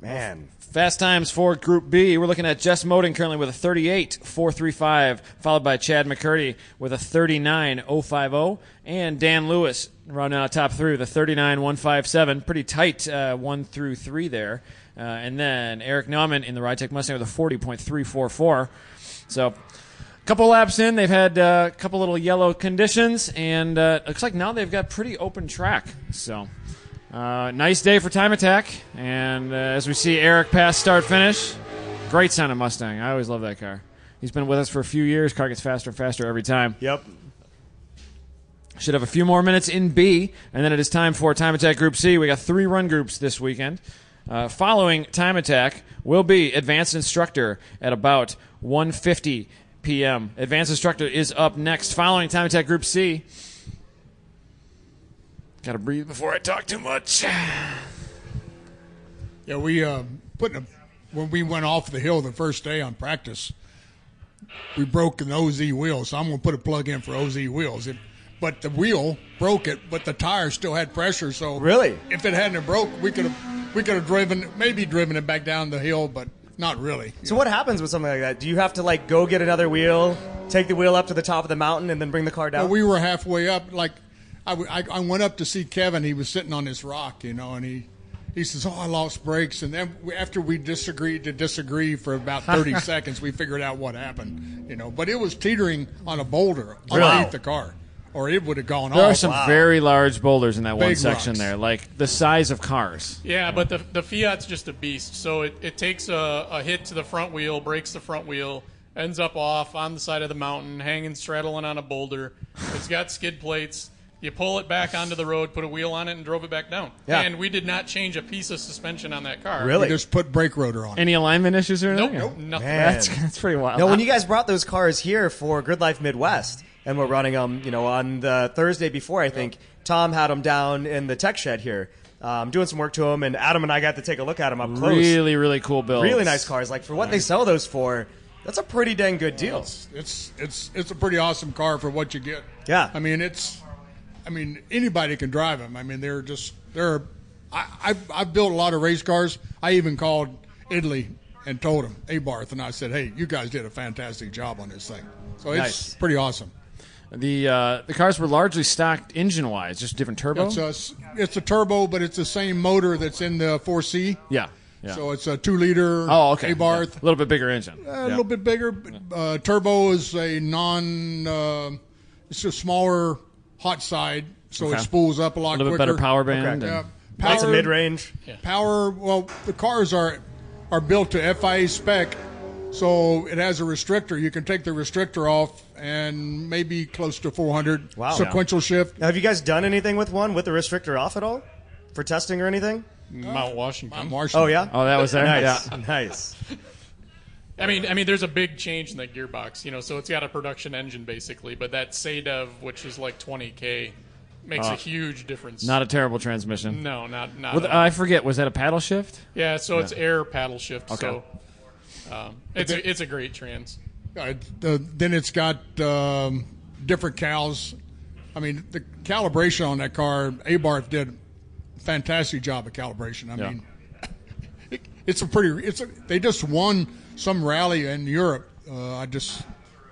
Speaker 2: Man.
Speaker 1: Fast times for Group B. We're looking at Jess Moden currently with a 38 435, followed by Chad McCurdy with a 39 050, oh, and Dan Lewis rounding out top three with a 39 157. Pretty tight uh, one through three there. Uh, and then Eric Nauman in the Ritech Mustang with a 40.344. So. Couple laps in, they've had uh, a couple little yellow conditions, and uh, looks like now they've got pretty open track. So, uh, nice day for time attack, and uh, as we see Eric pass start finish, great sound of Mustang. I always love that car. He's been with us for a few years. Car gets faster and faster every time.
Speaker 2: Yep.
Speaker 1: Should have a few more minutes in B, and then it is time for Time Attack Group C. We got three run groups this weekend. Uh, following Time Attack will be Advanced Instructor at about 1:50 p.m. Advanced Instructor is up next. Following Time Attack Group C. Got to breathe before I talk too much.
Speaker 4: yeah we uh, putting a, when we went off the hill the first day on practice, we broke an OZ wheel. So I'm gonna put a plug in for OZ wheels. It, but the wheel broke it, but the tire still had pressure. So
Speaker 2: Really?
Speaker 4: if it hadn't have broke, we could have we could have driven maybe driven it back down the hill, but not really.
Speaker 2: So what happens with something like that? Do you have to like go get another wheel, take the wheel up to the top of the mountain, and then bring the car down?
Speaker 4: But we were halfway up. Like, I, w- I- I went up to see Kevin. He was sitting on this rock, you know, and he he says, "Oh, I lost brakes." And then we, after we disagreed to disagree for about thirty seconds, we figured out what happened, you know. But it was teetering on a boulder underneath the car, or it would have gone
Speaker 1: There
Speaker 4: off.
Speaker 1: are some very large boulders in that one
Speaker 4: Oh, Big
Speaker 1: section
Speaker 4: rocks.
Speaker 1: there, like the size of cars.
Speaker 3: Yeah, but the, the Fiat's just a beast. So it, it takes a, a hit to the front wheel, breaks the front wheel, ends up off on the side of the mountain, hanging, straddling on a boulder. It's got skid plates. You pull it back onto the road, put a wheel on it, and drove it back down.
Speaker 2: Yeah.
Speaker 3: And we did not change a piece of suspension on that car.
Speaker 4: We
Speaker 2: really?
Speaker 4: just put brake rotor on. it.
Speaker 1: Any alignment issues or
Speaker 3: Nope,
Speaker 1: anything?
Speaker 3: nope, nothing.
Speaker 2: Man.
Speaker 1: That's, that's pretty wild.
Speaker 2: No, when you guys brought those cars here for Grid Life Midwest, and we're running them, you know, on the Thursday before, I think Tom had them down in the tech shed here, um, doing some work to them, and Adam and I got to take a look at them up close.
Speaker 1: really, really cool builds.
Speaker 2: Really nice cars. Like for what they sell those for, That's a pretty dang good deal.
Speaker 4: It's, it's it's it's a pretty awesome car for what you get.
Speaker 2: Yeah.
Speaker 4: I mean it's, I mean anybody can drive them. I mean they're just they're, I I've, I've built a lot of race cars. I even called Italy and told them Abarth and I said, hey, you guys did a fantastic job on this thing. So it's
Speaker 2: Nice.
Speaker 4: pretty awesome.
Speaker 1: The uh, the cars were largely stocked engine wise, just different turbo.
Speaker 3: uh,
Speaker 4: It's a s- it's a turbo, but it's the same motor that's in the 4C.
Speaker 1: yeah, yeah.
Speaker 4: So it's a two liter.
Speaker 1: oh, okay.
Speaker 4: Abarth.
Speaker 1: Yeah. A little bit bigger engine.
Speaker 4: a little bit bigger. but, Uh, turbo is a non. Uh, it's a smaller hot side, so
Speaker 1: Okay.
Speaker 4: it spools up a lot
Speaker 1: a little bit
Speaker 4: quicker.
Speaker 1: better power band.
Speaker 4: Yeah.
Speaker 1: and-
Speaker 4: Power,
Speaker 2: It's mid range.
Speaker 4: Power. Well, the cars are are built to FIA spec, so it has a restrictor. You can take the restrictor off and maybe close to 400
Speaker 2: Wow.
Speaker 4: sequential shift.
Speaker 2: Now, have you guys done anything with one with the restrictor off at all for testing or anything?
Speaker 3: Mount Washington.
Speaker 4: Martian.
Speaker 2: Oh yeah.
Speaker 1: Oh, that was there.
Speaker 2: nice.
Speaker 1: Yeah.
Speaker 2: Nice.
Speaker 3: I mean, I mean, there's a big change in that gearbox, you know. So it's got a production engine basically, but that SADEV, which is like 20k, makes a huge difference.
Speaker 1: Uh, Not a terrible transmission.
Speaker 3: no, not not.
Speaker 1: With- uh,
Speaker 3: at all.
Speaker 1: I forget. Was that a paddle shift?
Speaker 3: yeah, so it's air paddle shift.
Speaker 1: Okay.
Speaker 3: So um, it's a, it's a great trans.
Speaker 4: Uh, the, then it's got um, different cows. I mean, the calibration on that car, Abarth did a fantastic job of calibration. I
Speaker 1: Yeah.
Speaker 4: mean, it, it's a pretty. It's a, they just won some rally in Europe. Uh, I just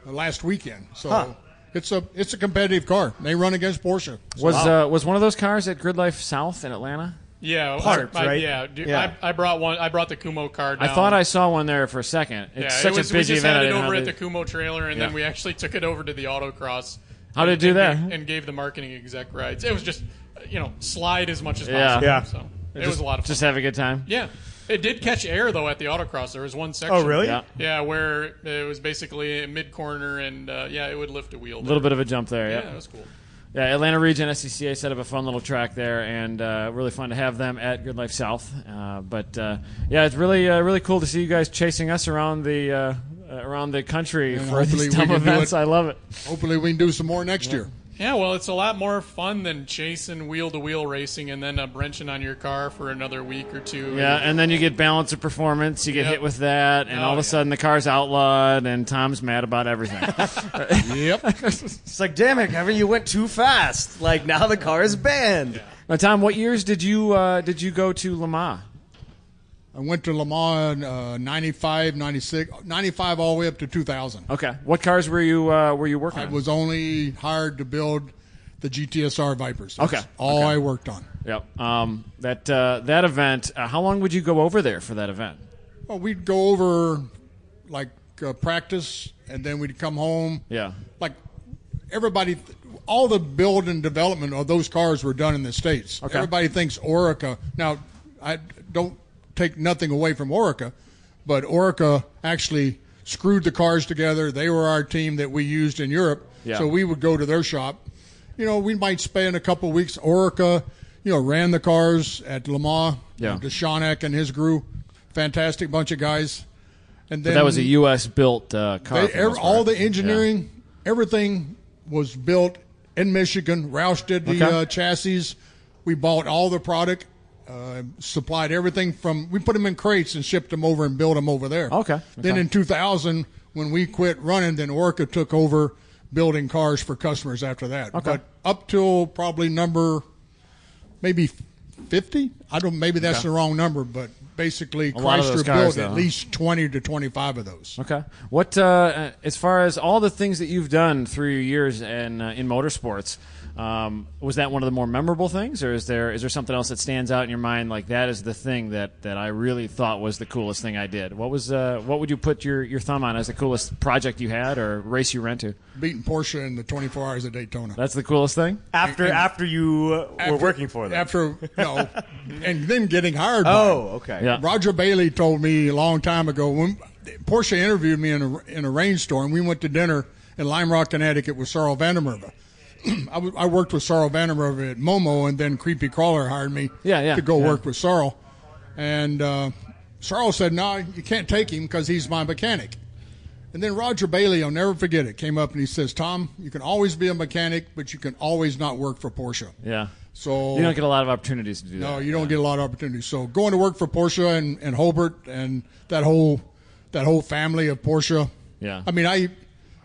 Speaker 4: last weekend. So
Speaker 2: Huh.
Speaker 4: it's a it's a competitive car. They run against Porsche.
Speaker 1: Was uh, was one of those cars at Grid Life South in Atlanta?
Speaker 3: Yeah, I-
Speaker 2: Parts,
Speaker 3: I,
Speaker 2: right?
Speaker 3: Yeah, dude,
Speaker 2: Yeah.
Speaker 3: I, I brought one. I brought the Kumo car. Down.
Speaker 1: I thought I saw one there for a second. It's
Speaker 3: Yeah,
Speaker 1: such
Speaker 3: it was,
Speaker 1: a busy
Speaker 3: we just
Speaker 1: event. I
Speaker 3: had it
Speaker 1: didn't know
Speaker 3: over
Speaker 1: how
Speaker 3: at
Speaker 1: to-
Speaker 3: the Kumo trailer, and
Speaker 1: Yeah.
Speaker 3: then we actually took it over to the autocross.
Speaker 1: How'd it do
Speaker 3: and,
Speaker 1: there?
Speaker 3: And, gave the marketing exec rides. It was just, you know, slide as much as
Speaker 1: Yeah.
Speaker 3: possible.
Speaker 2: Yeah.
Speaker 3: So it
Speaker 1: just,
Speaker 3: was a lot of fun.
Speaker 1: Just have a good time.
Speaker 3: Yeah, it did catch air though at the autocross. There was one section.
Speaker 2: Oh really?
Speaker 1: Yeah.
Speaker 3: Yeah, where it was basically mid corner, and uh, yeah, it would lift a wheel.
Speaker 1: A little bit of a jump there.
Speaker 3: Yeah,
Speaker 1: Yeah.
Speaker 3: it was cool.
Speaker 1: Yeah, Atlanta Region SCCA set up a fun little track there, and uh, really fun to have them at Good Life South. Uh, but uh, yeah, it's really uh, really cool to see you guys chasing us around the uh, uh, around the country for
Speaker 4: hopefully
Speaker 1: these
Speaker 4: we
Speaker 1: dumb
Speaker 4: can do
Speaker 1: events.
Speaker 4: it.
Speaker 1: I love it.
Speaker 4: Hopefully, we can do some more next year.
Speaker 3: Yeah, well, it's a lot more fun than chasing wheel to wheel racing and then uh, wrenching on your car for another week or two.
Speaker 1: Yeah, and then you get balance of performance. You get
Speaker 3: Yep.
Speaker 1: hit with that, and
Speaker 3: Oh,
Speaker 1: all of a
Speaker 3: yeah.
Speaker 1: sudden the car's outlawed, and Tom's mad about everything.
Speaker 4: Yep.
Speaker 2: It's like, damn it, Kevin, you went too fast. Like now the car is banned.
Speaker 1: now, Tom, what years did you uh, did you go to Lamar?
Speaker 4: I went to Le Mans in uh, 95, 96, 95 all the way up to 2000.
Speaker 1: Okay, what cars were you uh, were you working?
Speaker 4: I
Speaker 1: on?
Speaker 4: was only hired to build the GTSR Vipers. That's
Speaker 1: Okay.
Speaker 4: all
Speaker 1: Okay.
Speaker 4: I worked on.
Speaker 1: Yep. Um, that uh, that event. Uh, how long would you go over there for that event?
Speaker 4: Well, we'd go over like uh, practice, and then we'd come home.
Speaker 1: Yeah.
Speaker 4: Like everybody, all the build and development of those cars were done in the states.
Speaker 1: Okay.
Speaker 4: Everybody thinks Orica. Now, I don't take nothing away from Orica, but Orica actually screwed the cars together. They were our team that we used in Europe.
Speaker 1: Yeah.
Speaker 4: So we would go to their shop. You know, we might spend a couple weeks. Orica, you know, ran the cars at Lamar.
Speaker 1: Yeah.
Speaker 4: Deshanak and his crew, fantastic bunch of guys. And then
Speaker 1: That was a U.S. built uh, car.
Speaker 4: they,
Speaker 1: for the most
Speaker 4: ev- all
Speaker 1: part.
Speaker 4: the engineering, everything was built in Michigan. Roush did the
Speaker 1: Okay.
Speaker 4: uh, chassis. We bought all the product, uh, supplied everything from. We put them in crates and shipped them over and built them over there.
Speaker 1: Okay.
Speaker 4: Then
Speaker 1: Okay.
Speaker 4: in 2000, when we quit running, then Orca took over building cars for customers after that.
Speaker 1: Okay.
Speaker 4: But up till probably number maybe 50. I don't. Maybe that's the wrong number, but basically
Speaker 1: lot of
Speaker 4: Chrysler
Speaker 1: those uh-huh.
Speaker 4: built
Speaker 1: cars,
Speaker 4: at
Speaker 1: though.
Speaker 4: least 20 to 25 of those.
Speaker 1: Okay. What uh, as far as all the things that you've done through your years in uh, in motorsports, um, was that one of the more memorable things, or is there is there something else that stands out in your mind like that is the thing that, that I really thought was the coolest thing I did? What was uh, what would you put your, your thumb on as the coolest project you had or race you ran to?
Speaker 4: beating Porsche in the 24 hours of Daytona.
Speaker 1: That's the coolest thing.
Speaker 2: After after you uh, were
Speaker 4: After-
Speaker 2: working for them.
Speaker 4: After no, and then getting hired.
Speaker 2: oh,
Speaker 4: by him.
Speaker 2: okay.
Speaker 1: Yeah.
Speaker 4: Roger Bailey told me a long time ago when Porsche interviewed me in a in a rainstorm. We went to dinner in Lime Rock, Connecticut, with Sarl Vandermerva. I, w- I worked with Sarl Vandermerva at Momo, and then Creepy Crawler hired me.
Speaker 1: Yeah, yeah,
Speaker 4: to go
Speaker 1: yeah.
Speaker 4: work with Sarl, and uh, Sarl said, "No, you can't take him because he's my mechanic." And then Roger Bailey, I'll never forget it, came up and he says, Tom, you can always be a mechanic, but you can always not work for Porsche.
Speaker 1: Yeah.
Speaker 4: So
Speaker 1: You don't get a lot of opportunities to do that.
Speaker 4: no, you don't get a lot of opportunities. So going to work for Porsche and, and Holbert and that whole that whole family of Porsche,
Speaker 1: Yeah.
Speaker 4: I mean, I,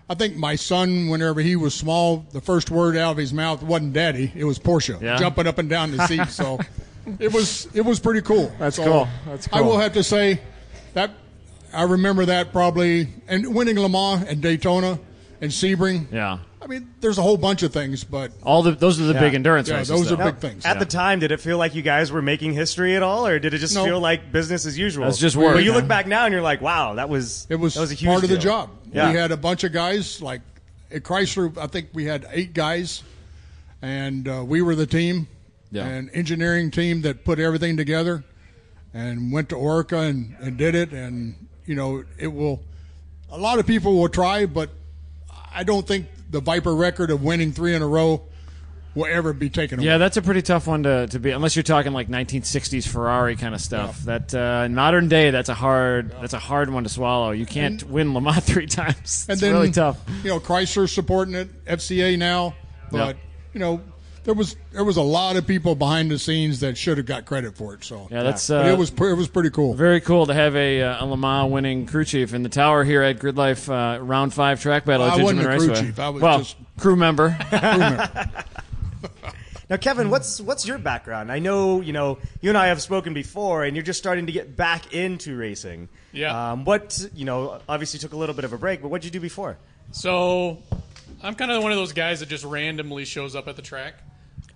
Speaker 4: I think my son, whenever he was small, the first word out of his mouth wasn't "daddy," it was Portia
Speaker 1: Yeah.
Speaker 4: jumping up and down the seat. so it was it was pretty cool.
Speaker 1: That's
Speaker 4: So
Speaker 1: cool. That's
Speaker 4: I will
Speaker 1: cool.
Speaker 4: have to say that I remember that probably and winning Le Mans and Daytona and Sebring.
Speaker 1: Yeah.
Speaker 4: I mean, there's a whole bunch of things, but
Speaker 1: All the those are the big endurance
Speaker 4: yeah,
Speaker 1: races.
Speaker 4: those are
Speaker 1: though.
Speaker 4: big things.
Speaker 2: At the time, did it feel like you guys were making history at all, or did it just
Speaker 4: No.
Speaker 2: feel like business as usual?
Speaker 1: That's just work,
Speaker 2: But you
Speaker 1: yeah.
Speaker 2: look back now and you're like, wow, that was
Speaker 4: It was,
Speaker 2: that was a huge
Speaker 4: part of the
Speaker 2: deal.
Speaker 4: job.
Speaker 2: Yeah.
Speaker 4: We had a bunch of guys like at Chrysler. I think we had eight guys, and uh, we were the team,
Speaker 1: Yeah.
Speaker 4: an engineering team that put everything together, and went to Orica and, and did it. And you know, it will. A lot of people will try, but I don't think the Viper record of winning three in a row will ever be taken away.
Speaker 1: Yeah, that's a pretty tough one to, to be unless you're talking like 1960s Ferrari kind of stuff. That uh, in modern day, that's a hard that's a hard one to swallow. You can't win Le Mans three times.
Speaker 4: and
Speaker 1: it's
Speaker 4: then
Speaker 1: really tough.
Speaker 4: You know, Chrysler's supporting it, FCA now, but
Speaker 1: Yep.
Speaker 4: you know, there was there was a lot of people behind the scenes that should have got credit for it. So
Speaker 1: Yeah, that's
Speaker 4: But
Speaker 1: uh,
Speaker 4: it was pre- it was pretty cool.
Speaker 1: very cool to have a, uh, a Le Mans winning crew chief in the tower here at Grid Life uh, Round Five Track Battle.
Speaker 4: Well,
Speaker 1: at
Speaker 4: I wasn't
Speaker 1: Gingerman
Speaker 4: a crew
Speaker 1: Raceway.
Speaker 4: chief. I was
Speaker 1: well,
Speaker 4: just-
Speaker 1: crew member.
Speaker 2: Now, Kevin, what's what's your background? I know you know you and I have spoken before, and you're just starting to get back into racing.
Speaker 3: Yeah.
Speaker 2: Um, what you know, obviously took a little bit of a break, but what did you do before?
Speaker 3: So I'm kind of one of those guys that just randomly shows up at the track.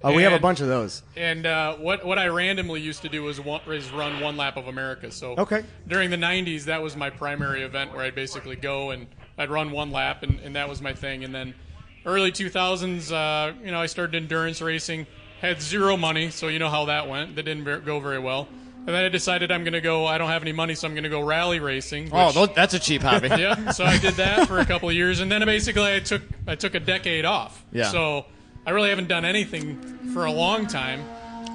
Speaker 2: Uh, we have a
Speaker 3: And-
Speaker 2: bunch of those.
Speaker 3: And uh, what what I randomly used to do was one, is run one lap of America. So
Speaker 2: Okay.
Speaker 3: during the '90s, that was my primary event where I'd basically go and I'd run one lap, and, and that was my thing. And then early 2000s, uh, you know, I started endurance racing, had zero money, so you know how that went. That didn't ver- go very well. And then I decided I'm going to go. I don't have any money, so I'm going to go rally racing.
Speaker 1: oh,
Speaker 3: which-
Speaker 1: tho- that's a cheap hobby.
Speaker 3: yeah, so I did that for a couple of years, and then basically I took I took a decade off.
Speaker 1: Yeah.
Speaker 3: So I really haven't done anything for a long time,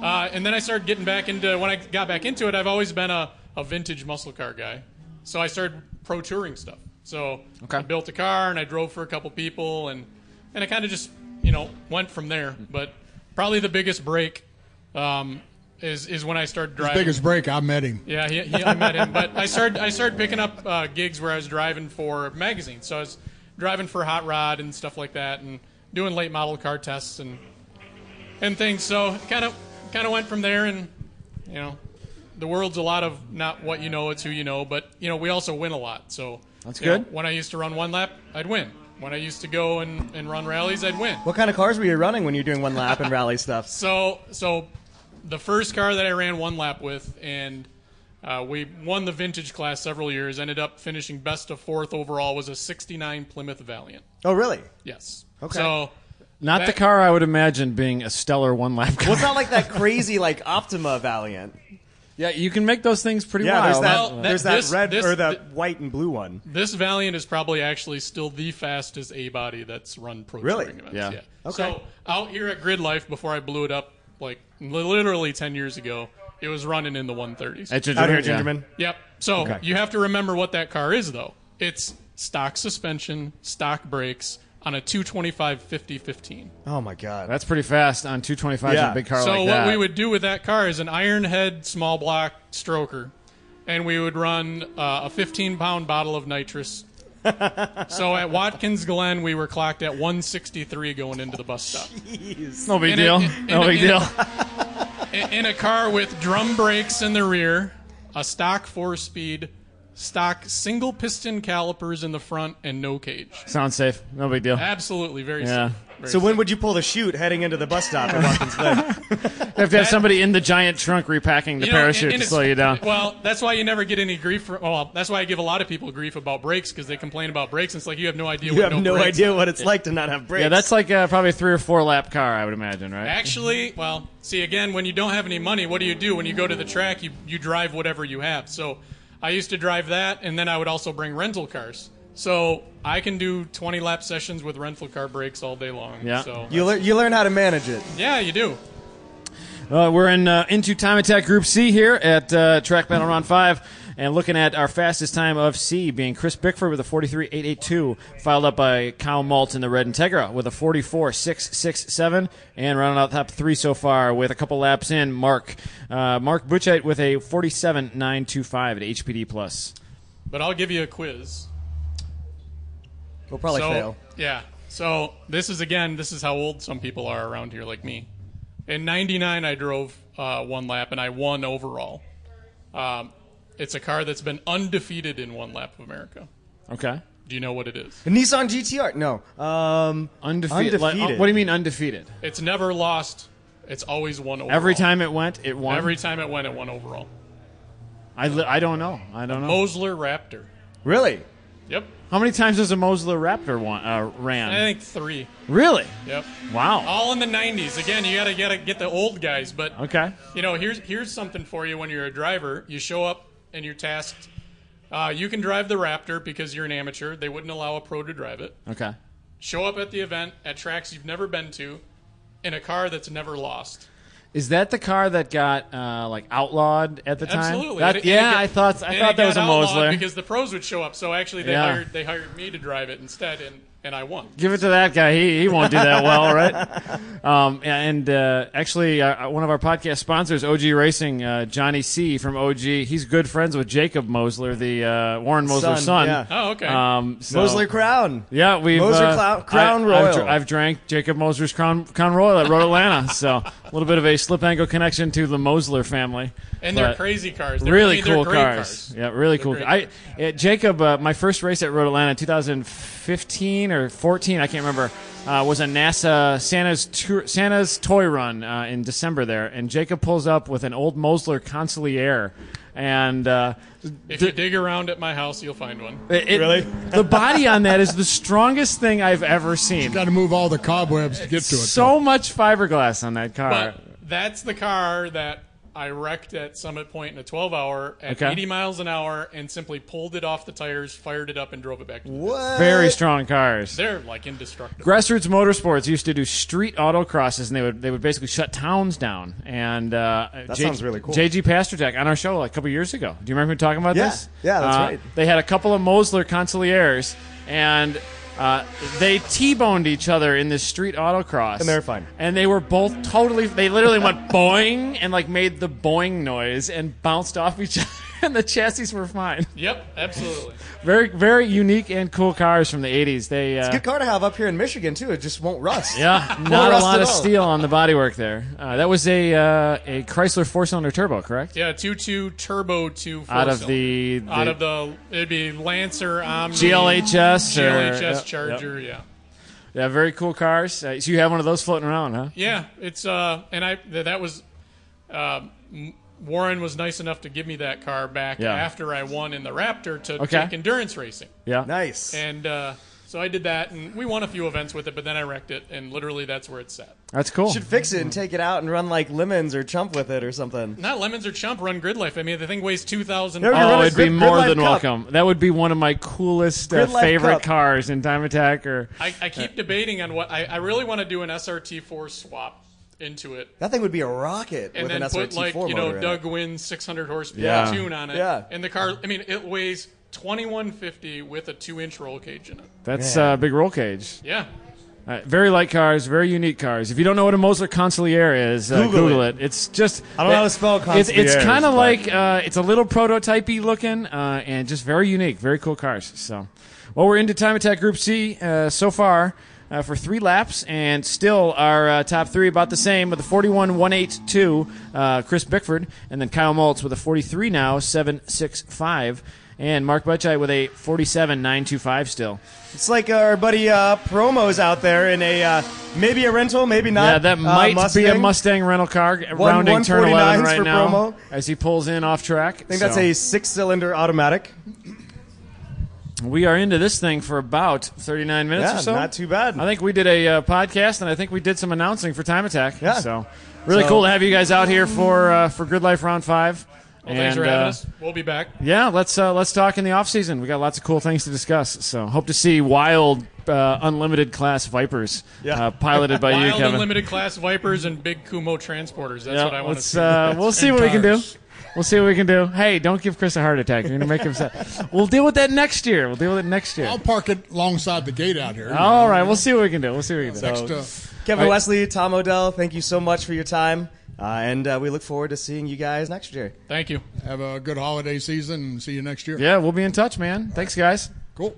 Speaker 3: uh, and then I started getting back into when I got back into it. I've always been a, a vintage muscle car guy, so I started pro touring stuff. So
Speaker 1: Okay.
Speaker 3: I built a car and I drove for a couple people, and and I kind of just you know went from there. But probably the biggest break um, is is when I started driving.
Speaker 4: Biggest break, I met him.
Speaker 3: Yeah, he, he, I met him, but I started I started picking up uh, gigs where I was driving for magazines. So I was driving for Hot Rod and stuff like that, and doing late model car tests and and things. So kind of kind of went from there, and you know, the world's a lot of not what you know, it's who you know. But you know, we also win a lot. So that's
Speaker 1: good.
Speaker 3: when I used to run one lap, I'd win. When I used to go and, and run rallies, I'd win.
Speaker 2: What kind of cars were you running when you're doing one lap and rally stuff?
Speaker 3: So, so the first car that I ran one lap with, and uh, we won the vintage class several years. Ended up finishing best of fourth overall was a '69 Plymouth Valiant.
Speaker 2: Oh, really?
Speaker 3: Yes.
Speaker 2: Okay.
Speaker 3: So,
Speaker 1: Not the
Speaker 3: That-
Speaker 1: car I would imagine being a stellar one lap car.
Speaker 2: Well, it's not like that crazy like Optima Valiant.
Speaker 1: yeah, you can make those things pretty
Speaker 2: Yeah, there's
Speaker 1: wild.
Speaker 2: that.
Speaker 3: Well,
Speaker 2: there's that
Speaker 3: this-
Speaker 2: red
Speaker 3: this-
Speaker 2: or that white and blue one.
Speaker 3: this Valiant is probably actually still the fastest A body that's run pro
Speaker 2: Really?
Speaker 3: touring events.
Speaker 1: Yeah.
Speaker 3: Okay. So out here at Grid Life, before I blew it up, like li- literally 10 years ago, it was running in the 130s.
Speaker 1: At Gingerman,
Speaker 2: Out here,
Speaker 1: yeah.
Speaker 2: Gingerman.
Speaker 3: Yep. So you have to remember what that car is, though. It's stock suspension, stock brakes on a 225 50 15.
Speaker 2: Oh my God.
Speaker 1: That's pretty fast on 225
Speaker 2: Yeah.
Speaker 1: a big car
Speaker 3: So,
Speaker 1: like
Speaker 3: what
Speaker 1: that.
Speaker 3: we would do with that car is an iron head small block stroker, and we would run uh, a 15 pound bottle of nitrous. so, at Watkins Glen, we were clocked at 163 going into the bus stop.
Speaker 1: no big
Speaker 3: and it-
Speaker 1: deal.
Speaker 3: and-
Speaker 1: no
Speaker 3: and-
Speaker 1: big
Speaker 3: and-
Speaker 1: deal.
Speaker 3: in in a car with drum brakes in the rear, a stock four speed, stock single piston calipers in the front, and no cage.
Speaker 1: Sounds safe. No big deal.
Speaker 3: Absolutely, very
Speaker 1: Yeah.
Speaker 3: safe. Very
Speaker 2: So
Speaker 3: safe.
Speaker 2: when would you pull the chute heading into the bus stop at Watkins Glen?
Speaker 1: They have to have somebody in the giant trunk repacking the
Speaker 3: You know,
Speaker 1: parachute
Speaker 3: and- and
Speaker 1: to
Speaker 3: it's-
Speaker 1: slow you down.
Speaker 3: Well, that's why you never get any grief. For, well, that's why I give a lot of people grief about brakes because they complain about brakes. And it's like you have no idea.
Speaker 2: You
Speaker 3: what
Speaker 2: have
Speaker 3: no,
Speaker 2: no
Speaker 3: brakes
Speaker 2: idea what it's like to not have brakes.
Speaker 1: Yeah, that's like uh, probably a three or four lap car, I would imagine, right?
Speaker 3: Actually, well, see again, when you don't have any money, what do you do? When you go to the track, you you drive whatever you have. So, I used to drive that, and then I would also bring rental cars. So I can do 20 lap sessions with rental car breaks all day long.
Speaker 1: Yeah.
Speaker 3: So
Speaker 2: you learn. You learn how to manage it.
Speaker 3: yeah, you do.
Speaker 1: Uh, we're in uh, into time attack group C here at uh, track battle round five, and looking at our fastest time of C being Chris Bickford with a 43.882, followed up by Kyle Malt in the red Integra with a 44.667, and rounding out the top three so far with a couple laps in Mark uh, Mark Butchite with a 47.925 at HPD plus.
Speaker 3: But I'll give you a quiz.
Speaker 2: We'll probably
Speaker 3: so,
Speaker 2: fail.
Speaker 3: Yeah. So this is again, this is how old some people are around here, like me. In '99, I drove uh, one lap and I won overall. Um, it's a car that's been undefeated in one lap of America.
Speaker 1: Okay.
Speaker 3: Do you know what it is?
Speaker 2: The Nissan GTR. No. Um,
Speaker 1: Undefeated. Like,
Speaker 2: Undefeated.
Speaker 1: what do you mean undefeated?
Speaker 3: It's never lost. It's always won overall.
Speaker 1: Every time it went, it won.
Speaker 3: Every time it went, it won overall.
Speaker 1: I, li- I don't know. I don't know.
Speaker 3: Mosler Raptor.
Speaker 2: really?
Speaker 3: Yep.
Speaker 1: How many times has a Mosler Raptor won, uh,
Speaker 3: I
Speaker 1: ran?
Speaker 3: think three.
Speaker 1: Really?
Speaker 3: Yep.
Speaker 1: Wow.
Speaker 3: All in the '90s. Again, you gotta gotta get the old guys, but
Speaker 1: Okay.
Speaker 3: You know, here's here's something for you when you're a driver. You show up and you're tasked. Uh, you can drive the Raptor because you're an amateur. They wouldn't allow a pro to drive it.
Speaker 1: Okay.
Speaker 3: Show up at the event at tracks you've never been to, in a car that's never lost.
Speaker 1: Is that the car that got uh, like outlawed at the time?
Speaker 3: Absolutely.
Speaker 1: That-
Speaker 3: And it- and
Speaker 1: yeah,
Speaker 3: it got-
Speaker 1: I thought
Speaker 3: and
Speaker 1: I
Speaker 3: it
Speaker 1: thought that was a
Speaker 3: got outlawed
Speaker 1: Mosler.
Speaker 3: because the pros would show up. So actually, they
Speaker 1: Yeah.
Speaker 3: hired they hired me to drive it instead, and and I won.
Speaker 1: Give it to that guy. He, he won't do that well, right? Um, and uh, actually, uh, one of our podcast sponsors, OG Racing, uh, Johnny C from OG, he's good friends with Jacob Mosler, the uh, Warren Mosler's son.
Speaker 2: Son, yeah.
Speaker 3: Oh, okay.
Speaker 1: Um, so-
Speaker 2: Mosler Crown.
Speaker 1: Yeah, we've
Speaker 2: Moser
Speaker 1: uh,
Speaker 2: Clou- Crown
Speaker 1: I, I've,
Speaker 2: Royal.
Speaker 1: dr- I've drank Jacob Moser's Crown, Crown Royal at Road Atlanta, so a little bit of a slip angle connection to the Mosler family.
Speaker 3: and they're
Speaker 1: but
Speaker 3: crazy cars. They're,
Speaker 1: really
Speaker 3: I mean,
Speaker 1: cool
Speaker 3: they're great
Speaker 1: cars. Yeah, really
Speaker 3: They're
Speaker 1: cool.
Speaker 3: great
Speaker 1: I
Speaker 3: cars.
Speaker 1: yeah, Jacob, uh, my first race at Road Atlanta, 2015 or 14, I can't remember, uh, was a NASA Santa's tour, Santa's toy run uh, in December there, and Jacob pulls up with an old Mosler Consigliere, and. Uh,
Speaker 3: If you dig around at my house, you'll find one.
Speaker 1: it, it-
Speaker 2: Really?
Speaker 1: the body on that is the strongest thing I've ever seen.
Speaker 4: Got to move all the cobwebs to get to it.
Speaker 1: so much fiberglass on that car.
Speaker 3: But Uh, that's the car that I wrecked at Summit Point in a 12 hour at
Speaker 1: Okay.
Speaker 3: 80 miles an hour and simply pulled it off the tires, fired it up, and drove it back. To the pits.
Speaker 2: What?
Speaker 1: Very strong cars.
Speaker 3: They're like indestructible.
Speaker 1: Grassroots Motorsports used to do street autocrosses, and they would they would basically shut towns down. And uh, that
Speaker 2: sounds really cool.
Speaker 1: JG Pasternak on our show like a couple years ago. Do you remember me talking about
Speaker 2: Yeah.
Speaker 1: this?
Speaker 2: Yeah, that's
Speaker 1: Uh,
Speaker 2: right.
Speaker 1: They had a couple of Mosler Consiglieres, and uh, they t-boned each other in this street autocross.
Speaker 2: And they were fine.
Speaker 1: And they were both totally. They literally went boing and like made the boing noise and bounced off each other, and the chassis were fine.
Speaker 3: Yep, absolutely.
Speaker 1: Very, very unique and cool cars from the '80s. They, uh,
Speaker 2: Good car to have up here in Michigan too. It just won't rust.
Speaker 1: yeah,
Speaker 2: Won't
Speaker 1: not a
Speaker 2: rust
Speaker 1: lot
Speaker 2: at
Speaker 1: of
Speaker 2: all.
Speaker 1: steel on the bodywork there. Uh, that was a uh, a Chrysler four-cylinder turbo, correct?
Speaker 3: Yeah, 2.2 turbo 2 four
Speaker 1: Out of
Speaker 3: cylinder.
Speaker 1: the, the
Speaker 3: out of the it'd be Lancer Omni
Speaker 1: GLHS, or- yep,
Speaker 3: GLHS
Speaker 1: yep.
Speaker 3: Charger.
Speaker 1: Yeah, very cool cars. Uh, so you have one of those floating around, huh?
Speaker 3: Yeah, yeah. It's uh, and I th- that was uh, M- Warren was nice enough to give me that car back
Speaker 1: Yeah.
Speaker 3: after I won in the Raptor to
Speaker 1: Okay.
Speaker 3: take endurance racing.
Speaker 1: Yeah.
Speaker 2: Nice.
Speaker 3: And uh, so I did that, and we won a few events with it, but then I wrecked it, and literally that's where it's at.
Speaker 1: That's cool.
Speaker 2: should fix it and take it out and run like lemons or chump with it or something.
Speaker 3: Not lemons or chump run grid life. I mean, the thing weighs 2,000
Speaker 2: There we go.
Speaker 3: pounds.
Speaker 1: Oh,
Speaker 2: run a
Speaker 1: it'd be
Speaker 2: Grid-
Speaker 1: more
Speaker 2: Grid Life
Speaker 1: than
Speaker 2: Cup.
Speaker 1: welcome. That would be one of my coolest uh,
Speaker 2: Grid Life
Speaker 1: favorite
Speaker 2: Cup.
Speaker 1: cars in Time Attack. Or
Speaker 3: I, I keep debating on what I, I really want to do an SRT4 swap into it.
Speaker 2: That thing would be a rocket
Speaker 3: And
Speaker 2: with an
Speaker 3: then
Speaker 2: SRT4
Speaker 3: put like you
Speaker 2: motor.
Speaker 3: know
Speaker 2: in
Speaker 3: Doug Wynn's 600 horse
Speaker 1: Yeah.
Speaker 3: platoon on it,
Speaker 2: Yeah.
Speaker 3: and the car. I mean, it weighs 2150 with a two inch roll cage in it.
Speaker 1: that's
Speaker 2: Man.
Speaker 1: uh, big roll cage.
Speaker 3: Yeah,
Speaker 1: Uh, very light cars, very unique cars. If you don't know what a Mosler Consigliere is, uh,
Speaker 2: Google
Speaker 1: Google, it. It's just
Speaker 2: I don't know how to spell
Speaker 1: It's, it's
Speaker 2: Consigliere,
Speaker 1: kind
Speaker 2: but-
Speaker 1: of like uh, it's a little prototypey looking uh, and just very unique, very cool cars. So, well, we're into Time Attack Group C uh, so far. Uh, for three laps, and still our uh, top three about the same with a 41 182, uh, Chris Bickford, and then Kyle Maltz with a 43 now, 765, and Mark Butchite with a 47 925 still.
Speaker 2: It's like our buddy uh, promos out there in a uh, maybe a rental, maybe not.
Speaker 1: Yeah, that
Speaker 2: uh,
Speaker 1: might
Speaker 2: Mustang.
Speaker 1: be a Mustang rental car rounding turn 11
Speaker 2: 149s
Speaker 1: right
Speaker 2: for
Speaker 1: now
Speaker 2: promo.
Speaker 1: as he pulls in off track.
Speaker 2: I think that's a six-cylinder automatic.
Speaker 1: We are into this thing for about 39 minutes
Speaker 2: Yeah,
Speaker 1: or so.
Speaker 2: not too bad.
Speaker 1: I think we did a uh, podcast and I think we did some announcing for Time Attack.
Speaker 2: Yeah.
Speaker 1: So really
Speaker 2: So-
Speaker 1: cool to have you guys out here for uh, for Grid Life Round 5.
Speaker 3: well, thanks for
Speaker 1: And,
Speaker 3: having
Speaker 1: uh,
Speaker 3: us. We'll be back.
Speaker 1: Yeah, let's uh, let's talk in the off season. We got lots of cool things to discuss. So hope to see wild uh, unlimited class Vipers
Speaker 2: Yeah.
Speaker 1: uh, piloted by you
Speaker 3: Wild
Speaker 1: Kevin.
Speaker 3: unlimited class Vipers and big Kumo transporters. That's
Speaker 1: Yeah,
Speaker 3: what I want to
Speaker 1: let's,
Speaker 3: see.
Speaker 1: Uh, we'll see
Speaker 4: And
Speaker 1: what we can do.
Speaker 4: cars.
Speaker 1: We'll see what we can do. Hey, don't give Chris a heart attack. You're gonna make him sad. We'll deal with that next year. We'll deal with it next year.
Speaker 4: I'll park it alongside the gate out here.
Speaker 1: All right, we'll see what we can do. We'll see what we can do.
Speaker 4: Next uh, to-
Speaker 2: Kevin
Speaker 1: All right.
Speaker 2: Wesley, Tom Odell, thank you so much for your time, uh, and uh, we look forward to seeing you guys next year.
Speaker 3: Thank you.
Speaker 4: have a good holiday season. and See you next year.
Speaker 1: Yeah, we'll be in touch, man. Thanks, guys.
Speaker 4: Cool.